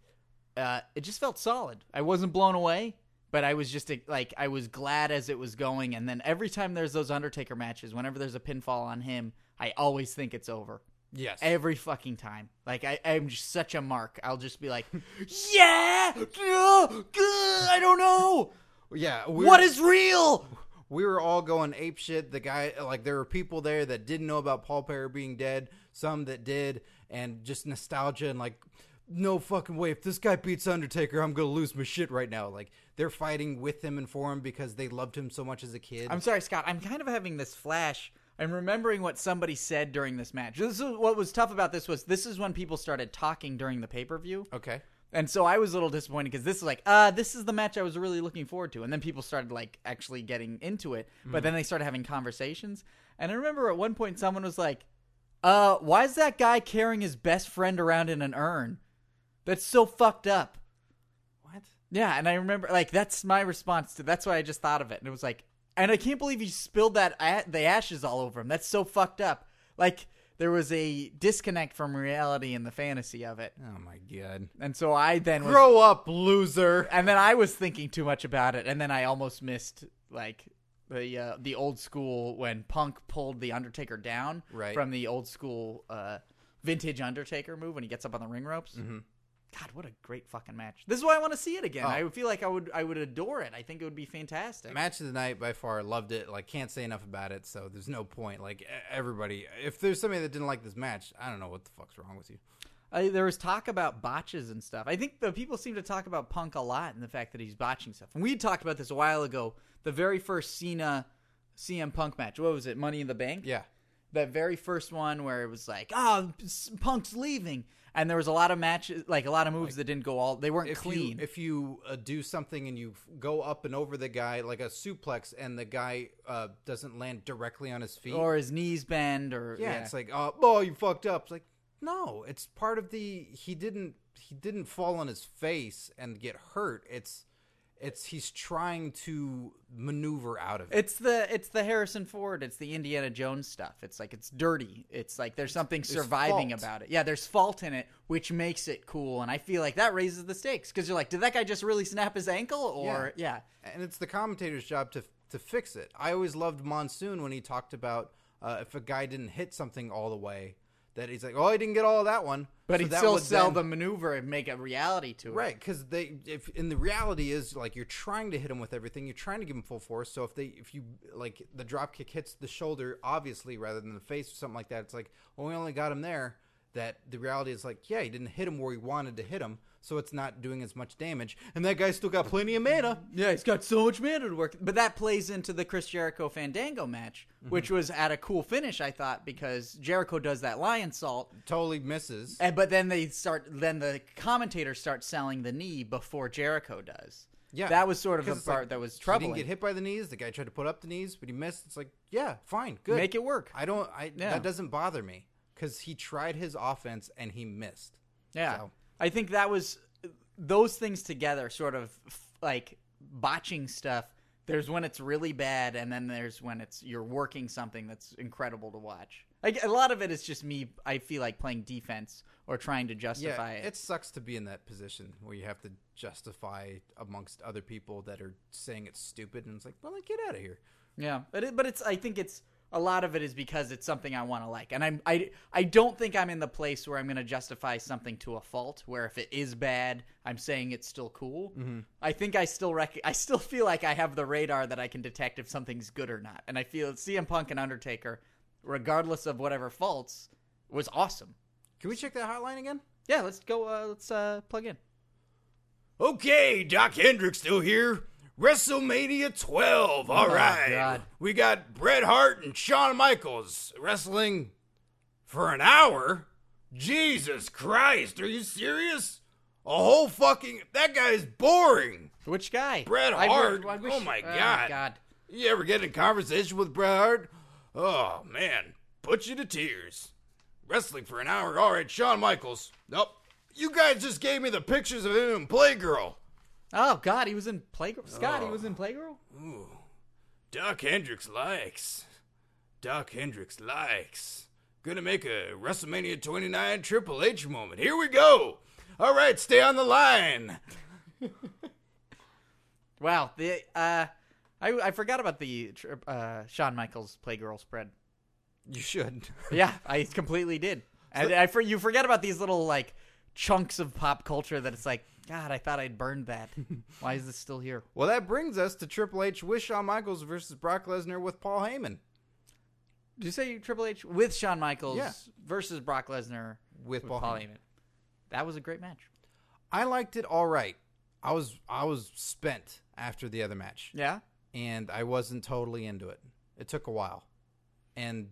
[SPEAKER 2] uh, it just felt solid. I wasn't blown away, but I was just like I was glad as it was going. And then every time there's those Undertaker matches, whenever there's a pinfall on him, I always think it's over.
[SPEAKER 1] Yes.
[SPEAKER 2] Every fucking time. Like I, I'm just such a mark. I'll just be like, [laughs] yeah, yeah, good, I don't know.
[SPEAKER 1] yeah. we
[SPEAKER 2] What is real?
[SPEAKER 1] we were all going ape shit. The guy, like, there were people there that didn't know about Paul Perry being dead, some that did, and just nostalgia and like, no fucking way. If this guy beats Undertaker, I'm gonna lose my shit right now. Like, they're fighting with him and for him because they loved him so much as a kid.
[SPEAKER 2] I'm sorry, Scott. I'm kind of having this flash. I'm remembering what somebody said during this match. This is what was tough about this was this is when people started talking during the pay per view,
[SPEAKER 1] okay.
[SPEAKER 2] and so I was a little disappointed because this is like, uh, this is the match I was really looking forward to, and then people started like actually getting into it, but then they started having conversations, and I remember at one point someone was like, uh, why is that guy carrying his best friend around in an urn? That's so fucked up.
[SPEAKER 1] What?
[SPEAKER 2] Yeah, and I remember like that's my response to that's why I just thought of it, and it was like, and I can't believe you spilled that a- the ashes all over him. That's so fucked up. Like there was a disconnect from reality and the fantasy of it,
[SPEAKER 1] Oh my god.
[SPEAKER 2] and so I then was,
[SPEAKER 1] Grow up, loser.
[SPEAKER 2] and then I was thinking too much about it, and then I almost missed like the uh, the old school when Punk pulled the Undertaker down
[SPEAKER 1] Right.
[SPEAKER 2] from the old school uh, vintage Undertaker move when he gets up on the ring ropes. God, what a great fucking match! This is why I want to see it again.
[SPEAKER 1] Mm-hmm. Oh.
[SPEAKER 2] I feel like I would I would adore it. I think it would be fantastic.
[SPEAKER 1] Match of the night by far loved it. Like can't say enough about it. So there's no point. Like e- everybody, if there's somebody that didn't like this match, I don't know what the fuck's wrong with you.
[SPEAKER 2] I, there was talk about botches and stuff. I think the people seem to talk about Punk a lot and the fact that he's botching stuff. And we talked about this a while ago. The very first Cena CM Punk match. What was it? Money in the Bank.
[SPEAKER 1] Yeah.
[SPEAKER 2] that very first one where it was like, oh, S- Punk's leaving, and there was a lot of matches, like a lot of moves that didn't go all, they weren't
[SPEAKER 1] if
[SPEAKER 2] clean.
[SPEAKER 1] You, if you uh, do something and you f- go up and over the guy like a suplex, and the guy uh, doesn't land directly on his feet,
[SPEAKER 2] or his knees bend, or
[SPEAKER 1] yeah, it's like, oh, oh, you fucked up. It's like, no, it's part of the he didn't he didn't fall on his face and get hurt. It's it's he's trying to maneuver out of it.
[SPEAKER 2] it's the it's the Harrison Ford, it's the Indiana Jones stuff. It's like it's dirty. It's like there's something surviving
[SPEAKER 1] fault.
[SPEAKER 2] about it. Yeah, there's fault in it, which makes it cool. And I feel like that raises the stakes because you're like, did that guy just really snap his ankle? Or yeah,
[SPEAKER 1] and it's the commentator's job to to fix it. I always loved Monsoon when he talked about uh, if a guy didn't hit something all the way, that he's like, oh, he didn't get all of that one,
[SPEAKER 2] but
[SPEAKER 1] So
[SPEAKER 2] he'd
[SPEAKER 1] that
[SPEAKER 2] still
[SPEAKER 1] would
[SPEAKER 2] sell
[SPEAKER 1] then-
[SPEAKER 2] the maneuver and make a reality to it.
[SPEAKER 1] Right, because they if and the reality is like you're trying to hit him with everything, you're trying to give him full force. So if they if you like the drop kick hits the shoulder obviously rather than the face or something like that, it's like well we only got him there. That the reality is like yeah he didn't hit him where he wanted to hit him, so it's not doing as much damage, and that guy still got plenty of mana.
[SPEAKER 2] Yeah, he's got so much mana to work. But that plays into the Chris Jericho Fandango match,
[SPEAKER 1] Mm-hmm.
[SPEAKER 2] which was at a cool finish, I thought, because Jericho does that lion salt,
[SPEAKER 1] Totally misses.
[SPEAKER 2] and, but then they start, then the commentators start selling the knee before Jericho does.
[SPEAKER 1] Yeah,
[SPEAKER 2] that was sort of the
[SPEAKER 1] 'Cause it's like,
[SPEAKER 2] part that was
[SPEAKER 1] He
[SPEAKER 2] troubling.
[SPEAKER 1] didn't get hit by the knees. The guy tried to put up the knees, but he missed. It's like yeah fine good
[SPEAKER 2] Make it work.
[SPEAKER 1] I don't I
[SPEAKER 2] Yeah.
[SPEAKER 1] that doesn't bother me. because he tried his offense and he missed.
[SPEAKER 2] Yeah.
[SPEAKER 1] So-
[SPEAKER 2] I think that was those things together, sort of f- like botching stuff. There's when it's really bad, and then there's when it's you're working something that's incredible to watch. I g a lot of it is just me. I feel like playing defense or trying to justify
[SPEAKER 1] yeah,
[SPEAKER 2] it.
[SPEAKER 1] it sucks to be in that position where you have to justify amongst other people that are saying it's stupid, and it's like, well, like, get out of here.
[SPEAKER 2] Yeah, but it, but it's I think it's a lot of it is because it's something I want to like, and I'm I I don't think I'm in the place where I'm going to justify something to a fault. Where if it is bad, I'm saying it's still cool. I think I still rec- I still feel like I have the radar that I can detect if something's good or not, and I feel CM Punk and Undertaker, regardless of whatever faults, was awesome.
[SPEAKER 1] Can we check that hotline again?
[SPEAKER 2] Yeah, let's go. Uh, let's uh, plug in.
[SPEAKER 1] Okay, Doc Hendricks still here. WrestleMania 12. All
[SPEAKER 2] Oh,
[SPEAKER 1] right,
[SPEAKER 2] God.
[SPEAKER 1] We got Bret Hart and Shawn Michaels wrestling for an hour. Jesus Christ, are you serious? A whole fucking. That guy's boring.
[SPEAKER 2] Which guy?
[SPEAKER 1] Bret
[SPEAKER 2] I
[SPEAKER 1] Hart.
[SPEAKER 2] I
[SPEAKER 1] Oh, my God.
[SPEAKER 2] God.
[SPEAKER 1] You ever get in conversation with Bret Hart? Oh, man. Put you to tears. Wrestling for an hour. All right, Shawn Michaels. Nope. You guys just gave me the pictures of him and Playgirl.
[SPEAKER 2] Oh God, he was in Playgirl. Scott,
[SPEAKER 1] Oh.
[SPEAKER 2] he was in Playgirl.
[SPEAKER 1] Doc Hendricks likes. Doc Hendricks likes. Gonna make a WrestleMania 29 Triple H moment. Here we go. All right, stay on the line.
[SPEAKER 2] Wow, the uh, I I forgot about the tr- uh Shawn Michaels Playgirl spread.
[SPEAKER 1] You should.
[SPEAKER 2] Yeah, I completely did. And I for you forget about these little like chunks of pop culture that it's like, God, I thought I'd burned that. Why is this still here?
[SPEAKER 1] Well, that brings us to Triple H with Shawn Michaels versus Brock Lesnar with Paul Heyman.
[SPEAKER 2] Did you say Triple H with Shawn Michaels
[SPEAKER 1] Yeah.
[SPEAKER 2] versus Brock Lesnar
[SPEAKER 1] With
[SPEAKER 2] with
[SPEAKER 1] Paul
[SPEAKER 2] Paul
[SPEAKER 1] Heyman.
[SPEAKER 2] Heyman? That was a great match.
[SPEAKER 1] I liked it all right. I was I was spent after the other match.
[SPEAKER 2] Yeah,
[SPEAKER 1] and I wasn't totally into it. It took a while, and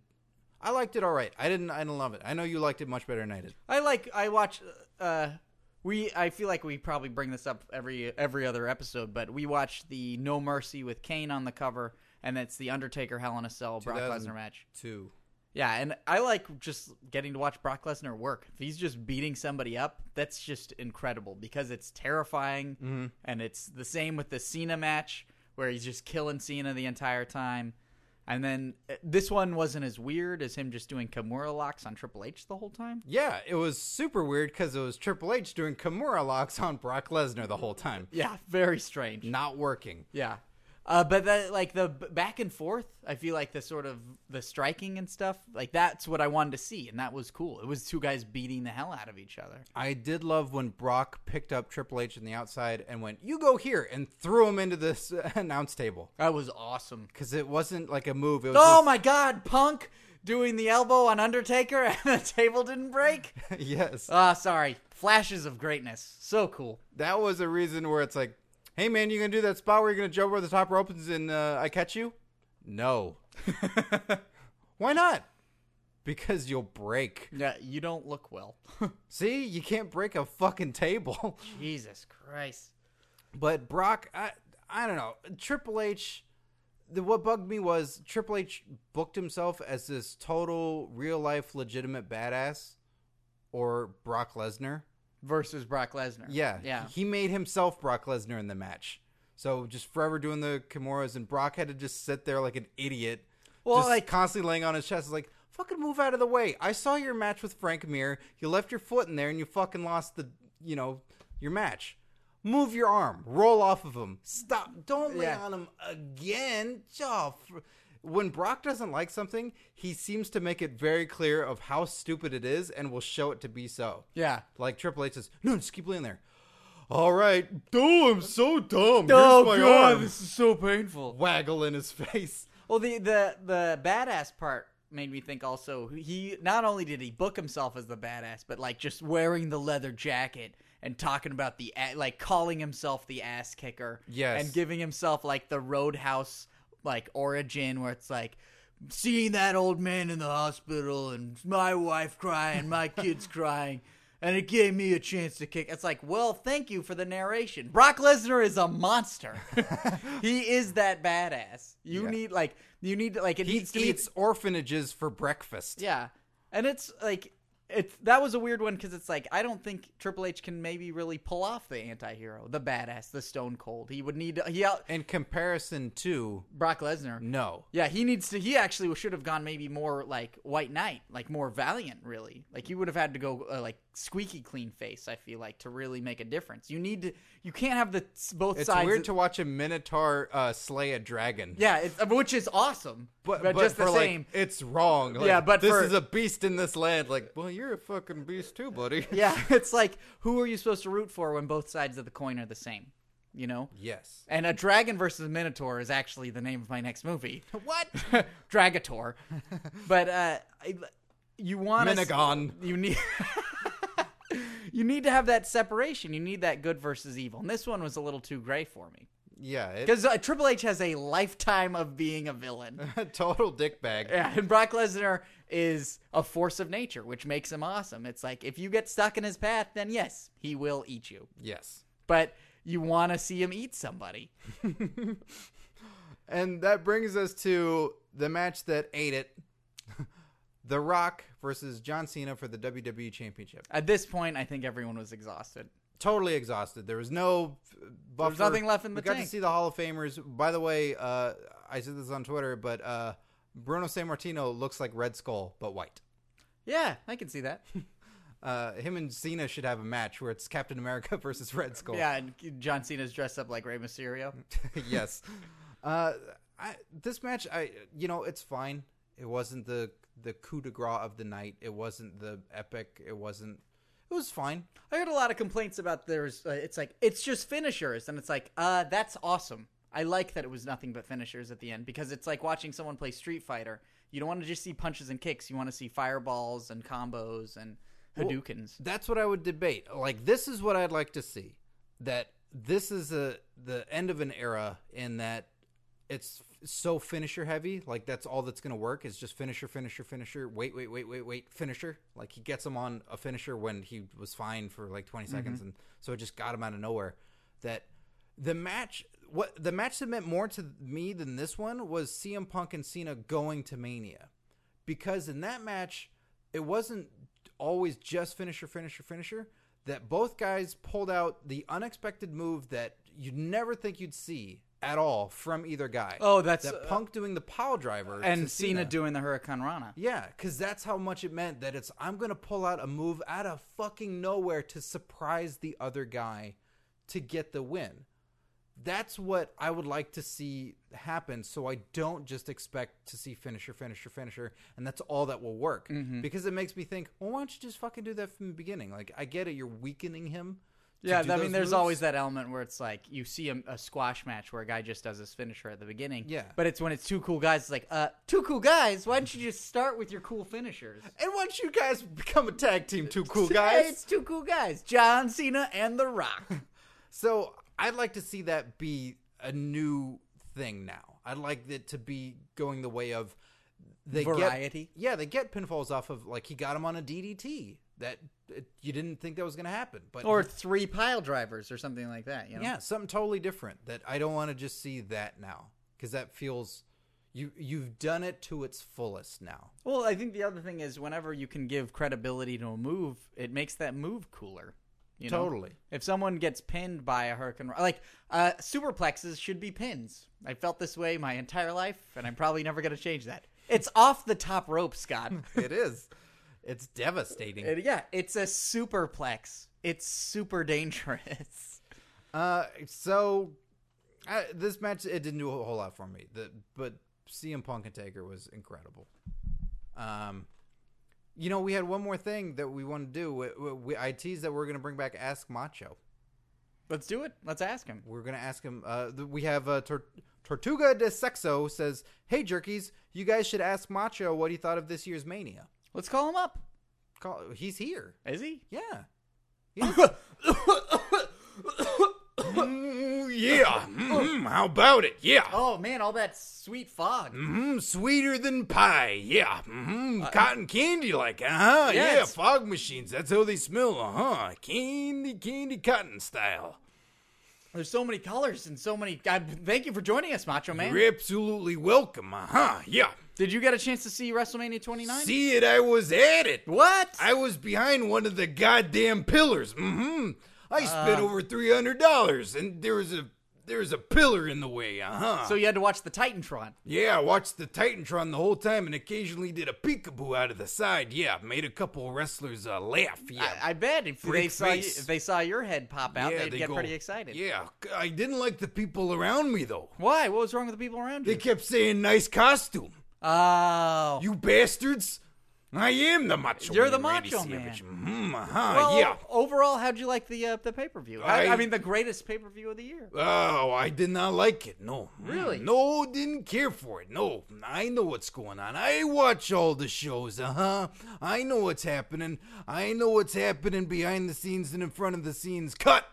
[SPEAKER 1] I liked it all right. I didn't I didn't love it. I know you liked it much better than I did.
[SPEAKER 2] I like I watch uh we I feel like we probably bring this up every every other episode, but we watched the No Mercy with Kane on the cover and it's the Undertaker Hell in a Cell Brock
[SPEAKER 1] 2000.
[SPEAKER 2] Lesnar match.
[SPEAKER 1] Two.
[SPEAKER 2] Yeah, and I like just getting to watch Brock Lesnar work. If he's just beating somebody up, that's just incredible because it's terrifying and it's the same with the Cena match where he's just killing Cena the entire time. And then uh, this one wasn't as weird as him just doing Kimura locks on Triple H the whole time.
[SPEAKER 1] Yeah, it was super weird because it was Triple H doing Kimura locks on Brock Lesnar the whole time,
[SPEAKER 2] Yeah, very strange.
[SPEAKER 1] not working.
[SPEAKER 2] Yeah. Uh, but the, like the b- back and forth, I feel like the sort of the striking and stuff, like that's what I wanted to see, and that was cool. It was two guys beating the hell out of each other.
[SPEAKER 1] I did love when Brock picked up Triple H in the outside and went, "You go here," and threw him into this [laughs] uh, announce table
[SPEAKER 2] That was awesome.
[SPEAKER 1] because it wasn't like a move. It was
[SPEAKER 2] Oh
[SPEAKER 1] just-
[SPEAKER 2] my God, Punk doing the elbow on Undertaker, [laughs] and the table didn't break.
[SPEAKER 1] [laughs] yes,
[SPEAKER 2] Ah, sorry. Flashes of greatness, so cool.
[SPEAKER 1] that was a reason where it's like, "Hey man, you gonna do that spot where you're gonna jump over the top ropes and uh, I catch you?" No, [laughs] Why not? Because you'll break.
[SPEAKER 2] yeah, you don't
[SPEAKER 1] [laughs]
[SPEAKER 2] look well.
[SPEAKER 1] See, you can't break a fucking table. [laughs]
[SPEAKER 2] Jesus Christ.
[SPEAKER 1] but Brock, I, I don't know. Triple H, the, what bugged me was Triple H booked himself as this total real life legitimate badass or Brock Lesnar.
[SPEAKER 2] Versus Brock Lesnar.
[SPEAKER 1] Yeah.
[SPEAKER 2] yeah.
[SPEAKER 1] He made himself Brock Lesnar in the match. So just forever doing the Kimuras, and Brock had to just sit there like an idiot.
[SPEAKER 2] Well,
[SPEAKER 1] just
[SPEAKER 2] like-
[SPEAKER 1] constantly laying on his chest. It's like, fucking move out of the way. I saw your match with Frank Mir. You left your foot in there and you fucking lost the, you know, your match. Move your arm. Roll off of him. Stop. Don't lay
[SPEAKER 2] Yeah.
[SPEAKER 1] on him again. Oh, fr- when Brock doesn't like something, he seems to make it very clear of how stupid it is and will show it to be so.
[SPEAKER 2] Yeah.
[SPEAKER 1] Like Triple H says, no, just keep laying there. All right. Oh, I'm so dumb.
[SPEAKER 2] Oh
[SPEAKER 1] Here's my
[SPEAKER 2] God,
[SPEAKER 1] arm.
[SPEAKER 2] this is so painful.
[SPEAKER 1] Waggle in his face.
[SPEAKER 2] Well, the the the badass part made me think also he not only did he book himself as the badass, but like just wearing the leather jacket and talking about the a- like calling himself the ass kicker,
[SPEAKER 1] Yes.
[SPEAKER 2] and giving himself like the roadhouse like origin where it's like. Seeing that old man in the hospital and my wife crying,
[SPEAKER 1] [laughs]
[SPEAKER 2] my kids crying, and it gave me a chance to kick. It's like, well, thank you for the narration. Brock Lesnar is
[SPEAKER 1] [laughs]
[SPEAKER 2] a monster. he is that badass. You
[SPEAKER 1] Yeah.
[SPEAKER 2] need like you need like it
[SPEAKER 1] He
[SPEAKER 2] needs to
[SPEAKER 1] eats orphanages for breakfast.
[SPEAKER 2] be yeah. and it's like it's that was a weird one because it's like I don't think Triple H can maybe really pull off the anti-hero, the badass, the Stone Cold. He would need to, he out
[SPEAKER 1] In comparison to
[SPEAKER 2] Brock Lesnar.
[SPEAKER 1] no,
[SPEAKER 2] Yeah, he needs to. He actually should have gone maybe more like White Knight, like more valiant, really. Like you would have had to go uh, like squeaky clean face. I feel like to really make a difference, you need to. You can't have the both
[SPEAKER 1] it's
[SPEAKER 2] sides.
[SPEAKER 1] weird to watch a minotaur uh, slay a dragon.
[SPEAKER 2] yeah, it's, uh, which is awesome,
[SPEAKER 1] But,
[SPEAKER 2] but, just
[SPEAKER 1] for
[SPEAKER 2] the
[SPEAKER 1] like,
[SPEAKER 2] same.
[SPEAKER 1] it's wrong. Like,
[SPEAKER 2] Yeah, but
[SPEAKER 1] this
[SPEAKER 2] for-
[SPEAKER 1] is a beast in this land. Like, well, you're a fucking beast too, buddy.
[SPEAKER 2] yeah, [laughs] it's like who are you supposed to root for when both sides of the coin are the same? You know.
[SPEAKER 1] [laughs] Yes.
[SPEAKER 2] And a dragon versus a minotaur is actually the name of my next movie.
[SPEAKER 1] [laughs] What?
[SPEAKER 2] [laughs] Dragator. but uh, I, you want to-
[SPEAKER 1] Minigon.
[SPEAKER 2] You need [laughs] you need to have that separation. You need that good versus evil. And this one was a little too gray for me
[SPEAKER 1] Yeah. It,
[SPEAKER 2] because uh, Triple H has a lifetime of being a villain.
[SPEAKER 1] [laughs] total dickbag.
[SPEAKER 2] Yeah, and Brock Lesnar is a force of nature, which makes him awesome. It's like if you get stuck in his path, then yes, he will eat you.
[SPEAKER 1] Yes.
[SPEAKER 2] But you want to see him eat somebody.
[SPEAKER 1] And that brings us to the match that ate it. [laughs] the Rock versus John Cena for the WWE Championship.
[SPEAKER 2] At this point, I think everyone was exhausted.
[SPEAKER 1] Totally exhausted. There was no uh, buffer.
[SPEAKER 2] nothing left in the
[SPEAKER 1] We got
[SPEAKER 2] tank.
[SPEAKER 1] to see the Hall of Famers. By the way, uh, I said this on Twitter, but uh, Bruno San Martino looks like Red Skull, but white.
[SPEAKER 2] Yeah, I can see that.
[SPEAKER 1] Uh, him and Cena should have a match where it's Captain America [laughs] versus Red Skull.
[SPEAKER 2] Yeah, and John Cena's dressed up like Rey Mysterio.
[SPEAKER 1] [laughs] yes. Uh, I, this match, I you know, it's fine. It wasn't the the coup de grace of the night. It wasn't the epic. It wasn't. It was fine.
[SPEAKER 2] I heard a lot of complaints about there's. Uh, it's like it's just finishers, and it's like, uh, that's awesome. I like that it was nothing but finishers at the end because it's like watching someone play Street Fighter. You don't want to just see punches and kicks. You want to see fireballs and combos and Hadoukens.
[SPEAKER 1] That's what I would debate. Like this is what I'd like to see. That this is a the end of an era in that it's f- so finisher heavy. Like that's all that's gonna work is just finisher, finisher, finisher. Wait, wait, wait, wait, wait, finisher. Like he gets him on a finisher when he was fine for like 20 seconds, and so it just got him out of nowhere. That the match, what the match that meant more to me than this one was CM Punk and Cena going to Mania because in that match it wasn't always just finisher finisher finisher that both guys pulled out the unexpected move that you'd never think you'd see at all from either guy
[SPEAKER 2] Oh, that's-
[SPEAKER 1] that punk doing the pile driver to
[SPEAKER 2] and Cena,
[SPEAKER 1] Cena
[SPEAKER 2] doing the Hurricane Rana.
[SPEAKER 1] yeah, because that's how much it meant that it's I'm gonna pull out a move out of fucking nowhere to surprise the other guy to get the win. That's what I would like to see happen, so I don't just expect to see finisher, finisher, finisher, and that's all that will work.
[SPEAKER 2] Mm-hmm.
[SPEAKER 1] Because it makes me think, well, why don't you just fucking do that from the beginning? Like, I get it, you're weakening him. to
[SPEAKER 2] Yeah, I
[SPEAKER 1] do
[SPEAKER 2] mean,
[SPEAKER 1] those
[SPEAKER 2] there's
[SPEAKER 1] moves.
[SPEAKER 2] always that element where it's like you see a, a squash match where a guy just does his finisher at the beginning.
[SPEAKER 1] Yeah.
[SPEAKER 2] but it's when it's two cool guys. It's like, uh, two cool guys. Why don't you just start with your cool finishers? [laughs]
[SPEAKER 1] And once you guys become a tag team, two cool
[SPEAKER 2] Hey,
[SPEAKER 1] guys,
[SPEAKER 2] it's two cool guys, John Cena and The Rock. [laughs]
[SPEAKER 1] So I'd like to see that be a new thing now. I'd like it to be going the way of they
[SPEAKER 2] Variety?
[SPEAKER 1] Get, yeah, they get pinfalls off of like he got him on a DDT that it, you didn't think that was going to happen, but
[SPEAKER 2] or three pile drivers or something like that. You know?
[SPEAKER 1] yeah, something totally different. That I don't want to just see that now because that feels you you've done it to its fullest now.
[SPEAKER 2] Well, I think the other thing is whenever you can give credibility to a move, it makes that move cooler. You know?
[SPEAKER 1] Totally.
[SPEAKER 2] If someone gets pinned by a hurricane, like uh, superplexes should be pins. I felt this way my entire life, and I'm probably never going to change that. It's off the top rope, Scott. [laughs]
[SPEAKER 1] it is. [laughs] It's devastating.
[SPEAKER 2] And yeah, it's a superplex. It's super dangerous. [laughs]
[SPEAKER 1] Uh, so I, this match it didn't do a whole lot for me. The but CM Punk and Taker was incredible. Um, you know we had one more thing that we want to do. We, we, I teased that we're going to bring back Ask Macho.
[SPEAKER 2] Let's do it. Let's ask him.
[SPEAKER 1] We're going to ask him. Uh, th- we have uh, Tor- Tortuga de Sexo says, "Hey Jerkies, you guys should ask Macho what he thought of this year's Mania.
[SPEAKER 2] Let's call him up.
[SPEAKER 1] Call, he's here.
[SPEAKER 2] Is he?
[SPEAKER 1] [laughs] Yeah, Mm, yeah. Mm, how about it? Yeah."
[SPEAKER 2] [coughs] oh man, all that sweet fog.
[SPEAKER 1] Mm, sweeter than pie, yeah. Mm,
[SPEAKER 2] Uh,
[SPEAKER 1] cotton candy, like, uh huh,
[SPEAKER 2] yeah,
[SPEAKER 1] yeah.
[SPEAKER 2] it's-
[SPEAKER 1] uh-huh. Fog machines, that's how they smell, uh huh. Candy, candy, cotton style.
[SPEAKER 2] There's so many colors and so many. I, thank you for joining us, Macho Man.
[SPEAKER 1] You're absolutely welcome. Uh huh. Yeah.
[SPEAKER 2] Did you get a chance to see WrestleMania 29?
[SPEAKER 1] See it, I was at it.
[SPEAKER 2] what?
[SPEAKER 1] I was behind one of the goddamn pillars. Mm-hmm.
[SPEAKER 2] Uh,
[SPEAKER 1] I spent over three hundred dollars, and there was a there was a pillar in the way. Uh huh.
[SPEAKER 2] so you had to watch the Titantron.
[SPEAKER 1] yeah, I watched the Titantron the whole time, and occasionally did a peekaboo out of the side. Yeah, made a couple wrestlers uh, laugh. Yeah.
[SPEAKER 2] I, I bet if they
[SPEAKER 1] Brick
[SPEAKER 2] saw you,
[SPEAKER 1] face.
[SPEAKER 2] if they saw your head pop out,
[SPEAKER 1] yeah,
[SPEAKER 2] they'd
[SPEAKER 1] they
[SPEAKER 2] get
[SPEAKER 1] go,
[SPEAKER 2] pretty excited.
[SPEAKER 1] Yeah, I didn't like the people around me though.
[SPEAKER 2] Why? What was wrong with the people around
[SPEAKER 1] They
[SPEAKER 2] you?
[SPEAKER 1] kept saying "nice costume."
[SPEAKER 2] Oh,
[SPEAKER 1] You bastards! I am the macho.
[SPEAKER 2] You're the
[SPEAKER 1] man, Randy
[SPEAKER 2] Macho
[SPEAKER 1] Savage.
[SPEAKER 2] Man.
[SPEAKER 1] Mhm, uh-huh,
[SPEAKER 2] well,
[SPEAKER 1] yeah.
[SPEAKER 2] Overall, how'd you like the uh, the pay per view? I,
[SPEAKER 1] I-
[SPEAKER 2] I mean, the greatest pay per view of the year.
[SPEAKER 1] Oh, I did not like it. No. Mm,
[SPEAKER 2] Really?
[SPEAKER 1] No, didn't care for it. No, I know what's going on. I watch all the shows, uh huh. I know what's happening. I know what's happening behind the scenes and in front of the scenes. Cut!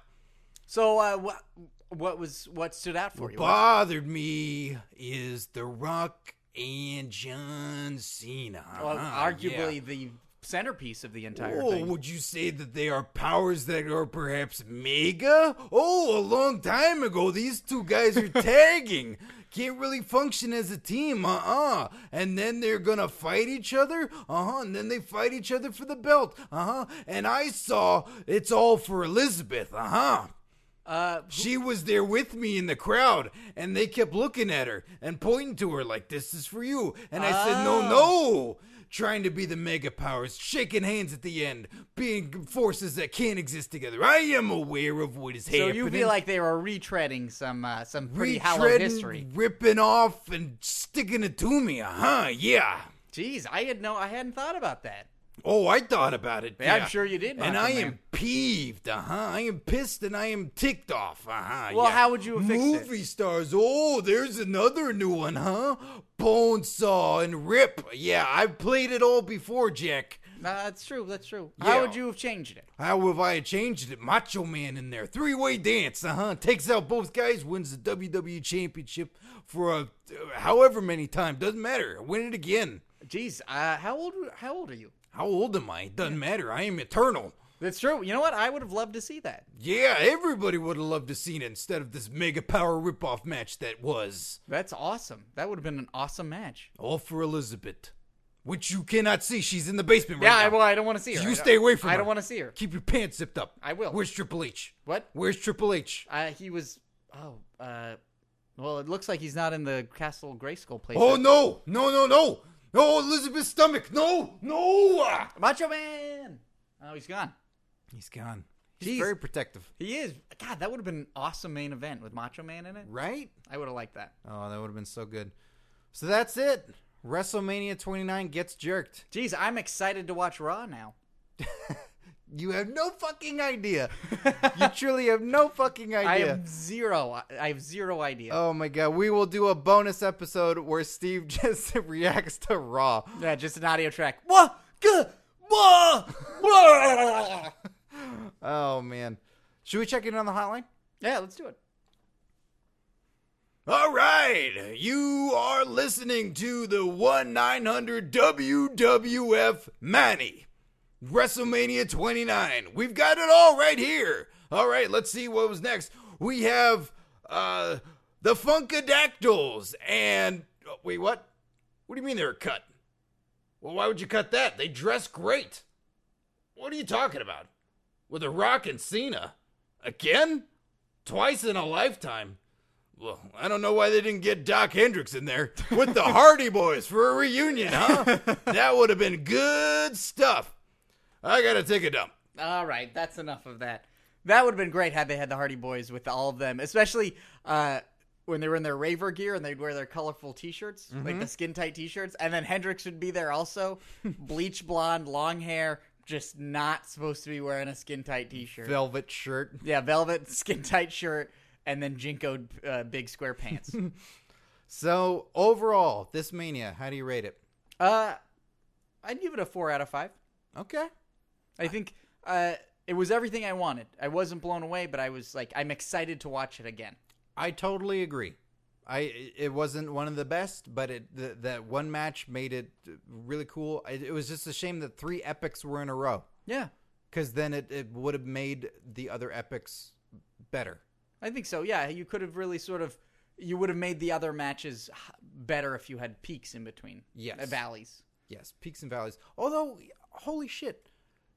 [SPEAKER 2] So, uh, what what was what stood out for you?
[SPEAKER 1] Bothered me is The Rock and John Cena.
[SPEAKER 2] Well,
[SPEAKER 1] uh-huh,
[SPEAKER 2] arguably
[SPEAKER 1] yeah.
[SPEAKER 2] the centerpiece of the entire
[SPEAKER 1] Oh,
[SPEAKER 2] thing.
[SPEAKER 1] would you say that they are powers that are perhaps mega? Oh, a long time ago, these two guys
[SPEAKER 2] [laughs]
[SPEAKER 1] are tagging. Can't really function as a team, uh uh And then they're gonna fight each other, uh huh. And then they fight each other for the belt, uh huh. And I saw it's all for Elizabeth, uh huh.
[SPEAKER 2] Uh,
[SPEAKER 1] She was there with me in the crowd, and they kept looking at her and pointing to her like, This is for you. And I said, No,
[SPEAKER 2] Oh.
[SPEAKER 1] no. Trying to be the mega powers, shaking hands at the end, being forces that can't exist together. I am aware of what is
[SPEAKER 2] so
[SPEAKER 1] happening.
[SPEAKER 2] you feel like they were retreading some uh, some pretty
[SPEAKER 1] Retreading,
[SPEAKER 2] hallowed history.
[SPEAKER 1] ripping off, and sticking it to me, uh huh, yeah.
[SPEAKER 2] Jeez, I had no, I hadn't thought about that.
[SPEAKER 1] Oh, I thought about it.
[SPEAKER 2] Yeah, I'm
[SPEAKER 1] yeah.
[SPEAKER 2] sure you did,
[SPEAKER 1] And
[SPEAKER 2] Macho
[SPEAKER 1] I
[SPEAKER 2] Man.
[SPEAKER 1] am peeved, uh huh. I am pissed and I am ticked off, uh huh.
[SPEAKER 2] Well, how would you have fixed it?
[SPEAKER 1] Movie stars. Oh, there's another new one, huh? Bonesaw and Rip. Yeah, I've played it all before, Jack.
[SPEAKER 2] Nah, Uh, that's true. That's true.
[SPEAKER 1] Yeah.
[SPEAKER 2] How would you have changed it?
[SPEAKER 1] How have I changed it? Macho Man in there. Three way dance, uh huh. Takes out both guys, wins the WWE Championship for a, however many times. Doesn't matter. Win it again.
[SPEAKER 2] Jeez, uh, how old? How old are you?
[SPEAKER 1] How old am I? Doesn't matter. I am eternal.
[SPEAKER 2] That's true. You know what? I would have loved to see that.
[SPEAKER 1] Yeah, everybody would have loved to seen it instead of this mega power ripoff match that was
[SPEAKER 2] That's awesome. That would have been an awesome match.
[SPEAKER 1] all for Elizabeth, which you cannot see. She's in the basement
[SPEAKER 2] Yeah,
[SPEAKER 1] right
[SPEAKER 2] I,
[SPEAKER 1] now.
[SPEAKER 2] well, I don't want to see her.
[SPEAKER 1] You
[SPEAKER 2] I don't-
[SPEAKER 1] stay away from
[SPEAKER 2] I
[SPEAKER 1] her.
[SPEAKER 2] don't want to see her.
[SPEAKER 1] Keep your pants zipped up.
[SPEAKER 2] I will.
[SPEAKER 1] Where's Triple H?
[SPEAKER 2] What?
[SPEAKER 1] Where's Triple H?
[SPEAKER 2] Uh, he was. Oh, uh, well, it looks like he's not in the Castle Grayskull place.
[SPEAKER 1] Oh no, no, no, no, no! Elizabeth's stomach. No, no. Ah.
[SPEAKER 2] Macho Man! Oh, he's gone.
[SPEAKER 1] He's gone.
[SPEAKER 2] He's-
[SPEAKER 1] He's very protective,
[SPEAKER 2] He is. God, that would have been an awesome main event with Macho Man in it.
[SPEAKER 1] right?
[SPEAKER 2] I would have liked that.
[SPEAKER 1] Oh, that would have been so good. So that's it. WrestleMania 29 gets jerked.
[SPEAKER 2] Jeez, I'm excited to watch Raw now.
[SPEAKER 1] You have no fucking
[SPEAKER 2] [laughs]
[SPEAKER 1] idea. you truly have no fucking idea.
[SPEAKER 2] I have zero. I- I have zero idea.
[SPEAKER 1] Oh my god, we will do a bonus episode where Steve [laughs] just reacts to [laughs] Raw.
[SPEAKER 2] Yeah, just an audio track. What? Good. Whoa! Whoa!
[SPEAKER 1] Oh man. Should we check in on the hotline?
[SPEAKER 2] yeah, let's do it.
[SPEAKER 1] All right, you are listening to the 1 900 WWF Manny. WrestleMania 29. We've got it all right here. All right, let's see what was next. We have uh the Funkadactyls and oh, wait, what? What do you mean they were cut? Well, why would you cut that? They dress great. What are you talking about? With a Rock and Cena again? Twice in a lifetime. Well, I don't know why they didn't get Doc Hendricks in there with [laughs] the Hardy Boys for a reunion, [laughs] huh? that would have been good stuff. I gotta take a dump.
[SPEAKER 2] All right, that's enough of that. That would have been great had they had the Hardy Boys with all of them, especially uh, when they were in their raver gear and they'd wear their colorful T-shirts, like the skin tight T-shirts, and then Hendrix would be there also, bleach blonde, long hair, just not supposed to be wearing a skin tight T-shirt.
[SPEAKER 1] Velvet shirt.
[SPEAKER 2] yeah, velvet skin tight shirt, and then Jinko uh, big square pants.
[SPEAKER 1] So overall, this mania, how do you rate it?
[SPEAKER 2] uh, I'd give it a four out of five.
[SPEAKER 1] Okay.
[SPEAKER 2] I think uh, it was everything I wanted. I wasn't blown away, but I was like, I'm excited to watch it again.
[SPEAKER 1] I totally agree. I it wasn't one of the best, but it th- that one match made it really cool. It, it was just a shame that three epics were in a row,
[SPEAKER 2] Yeah.
[SPEAKER 1] because then it, it would have made the other epics better.
[SPEAKER 2] I think so. Yeah, you could have really sort of you would have made the other matches h- better if you had peaks in between.
[SPEAKER 1] Yes.
[SPEAKER 2] uh, valleys.
[SPEAKER 1] Yes, peaks and valleys. Although, holy shit,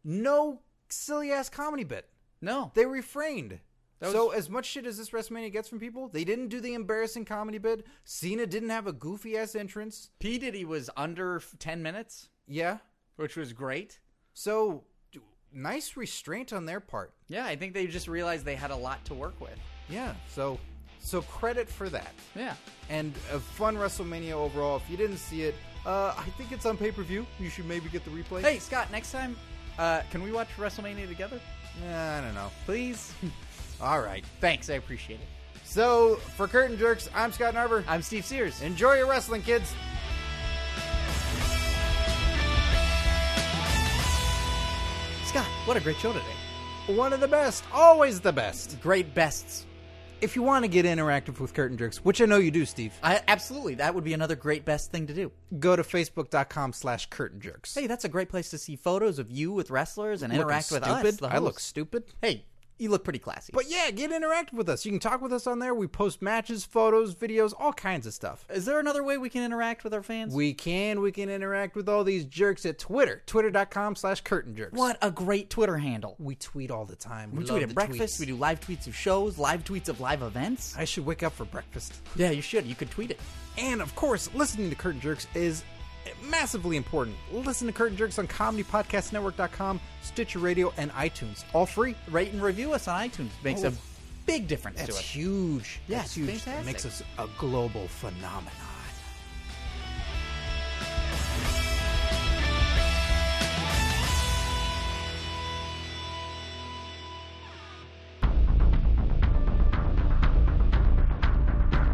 [SPEAKER 1] no silly ass comedy bit.
[SPEAKER 2] No,
[SPEAKER 1] They refrained.
[SPEAKER 2] That
[SPEAKER 1] so as much shit as this WrestleMania gets from people, they didn't do the embarrassing comedy bit. Cena didn't have a goofy ass entrance.
[SPEAKER 2] P Diddy was under f- ten minutes,
[SPEAKER 1] Yeah.
[SPEAKER 2] which was great.
[SPEAKER 1] So d- nice restraint on their part.
[SPEAKER 2] Yeah, I think they just realized they had a lot to work with.
[SPEAKER 1] Yeah. So so credit for that.
[SPEAKER 2] Yeah,
[SPEAKER 1] and a fun WrestleMania overall. If you didn't see it, uh, I think it's on pay per view. You should maybe get the replay.
[SPEAKER 2] Hey, Scott, next time, uh, can we watch WrestleMania together?
[SPEAKER 1] Eh, I don't know.
[SPEAKER 2] Please?
[SPEAKER 1] All right.
[SPEAKER 2] [laughs] Thanks, I appreciate it.
[SPEAKER 1] So for Curtain Jerks, I'm Scott Narver.
[SPEAKER 2] I'm Steve Sears.
[SPEAKER 1] Enjoy your wrestling, kids.
[SPEAKER 2] Scott, what a great show today.
[SPEAKER 1] One of the best, always the best.
[SPEAKER 2] Great bests.
[SPEAKER 1] If you want to get interactive with Curtain Jerks, which I know you do, Steve,
[SPEAKER 2] I, absolutely, that would be another great best thing to do.
[SPEAKER 1] go to facebook.com slash curtain jerks.
[SPEAKER 2] Hey, that's a great place to see photos of you with wrestlers and
[SPEAKER 1] Looking
[SPEAKER 2] interact with
[SPEAKER 1] stupid.
[SPEAKER 2] us. the
[SPEAKER 1] I look
[SPEAKER 2] hosts.
[SPEAKER 1] stupid.
[SPEAKER 2] Hey, you look pretty classy.
[SPEAKER 1] But yeah, get interactive with us. You can talk with us on there. We post matches, photos, videos, all kinds of stuff.
[SPEAKER 2] is there another way we can interact with our fans?
[SPEAKER 1] We can. We can interact with all these jerks at Twitter. Twitter.com slash curtain jerks.
[SPEAKER 2] what a great Twitter handle.
[SPEAKER 1] We tweet all the time.
[SPEAKER 2] We
[SPEAKER 1] love
[SPEAKER 2] tweet
[SPEAKER 1] the
[SPEAKER 2] at breakfast,
[SPEAKER 1] tweets.
[SPEAKER 2] we do live tweets of shows, live tweets of live events.
[SPEAKER 1] I should wake up for breakfast.
[SPEAKER 2] Yeah, you should. You could tweet it.
[SPEAKER 1] And of course, listening to Curtain Jerks is massively important. Listen to Curtain Jerks on comedypodcastnetwork.com, Stitcher Radio, and iTunes. All free.
[SPEAKER 2] Rate and review us on iTunes. Makes
[SPEAKER 1] Oh.
[SPEAKER 2] a big difference to
[SPEAKER 1] That's
[SPEAKER 2] us.
[SPEAKER 1] huge.
[SPEAKER 2] Yeah,
[SPEAKER 1] That's
[SPEAKER 2] it's
[SPEAKER 1] huge.
[SPEAKER 2] fantastic.
[SPEAKER 1] makes us a global phenomenon.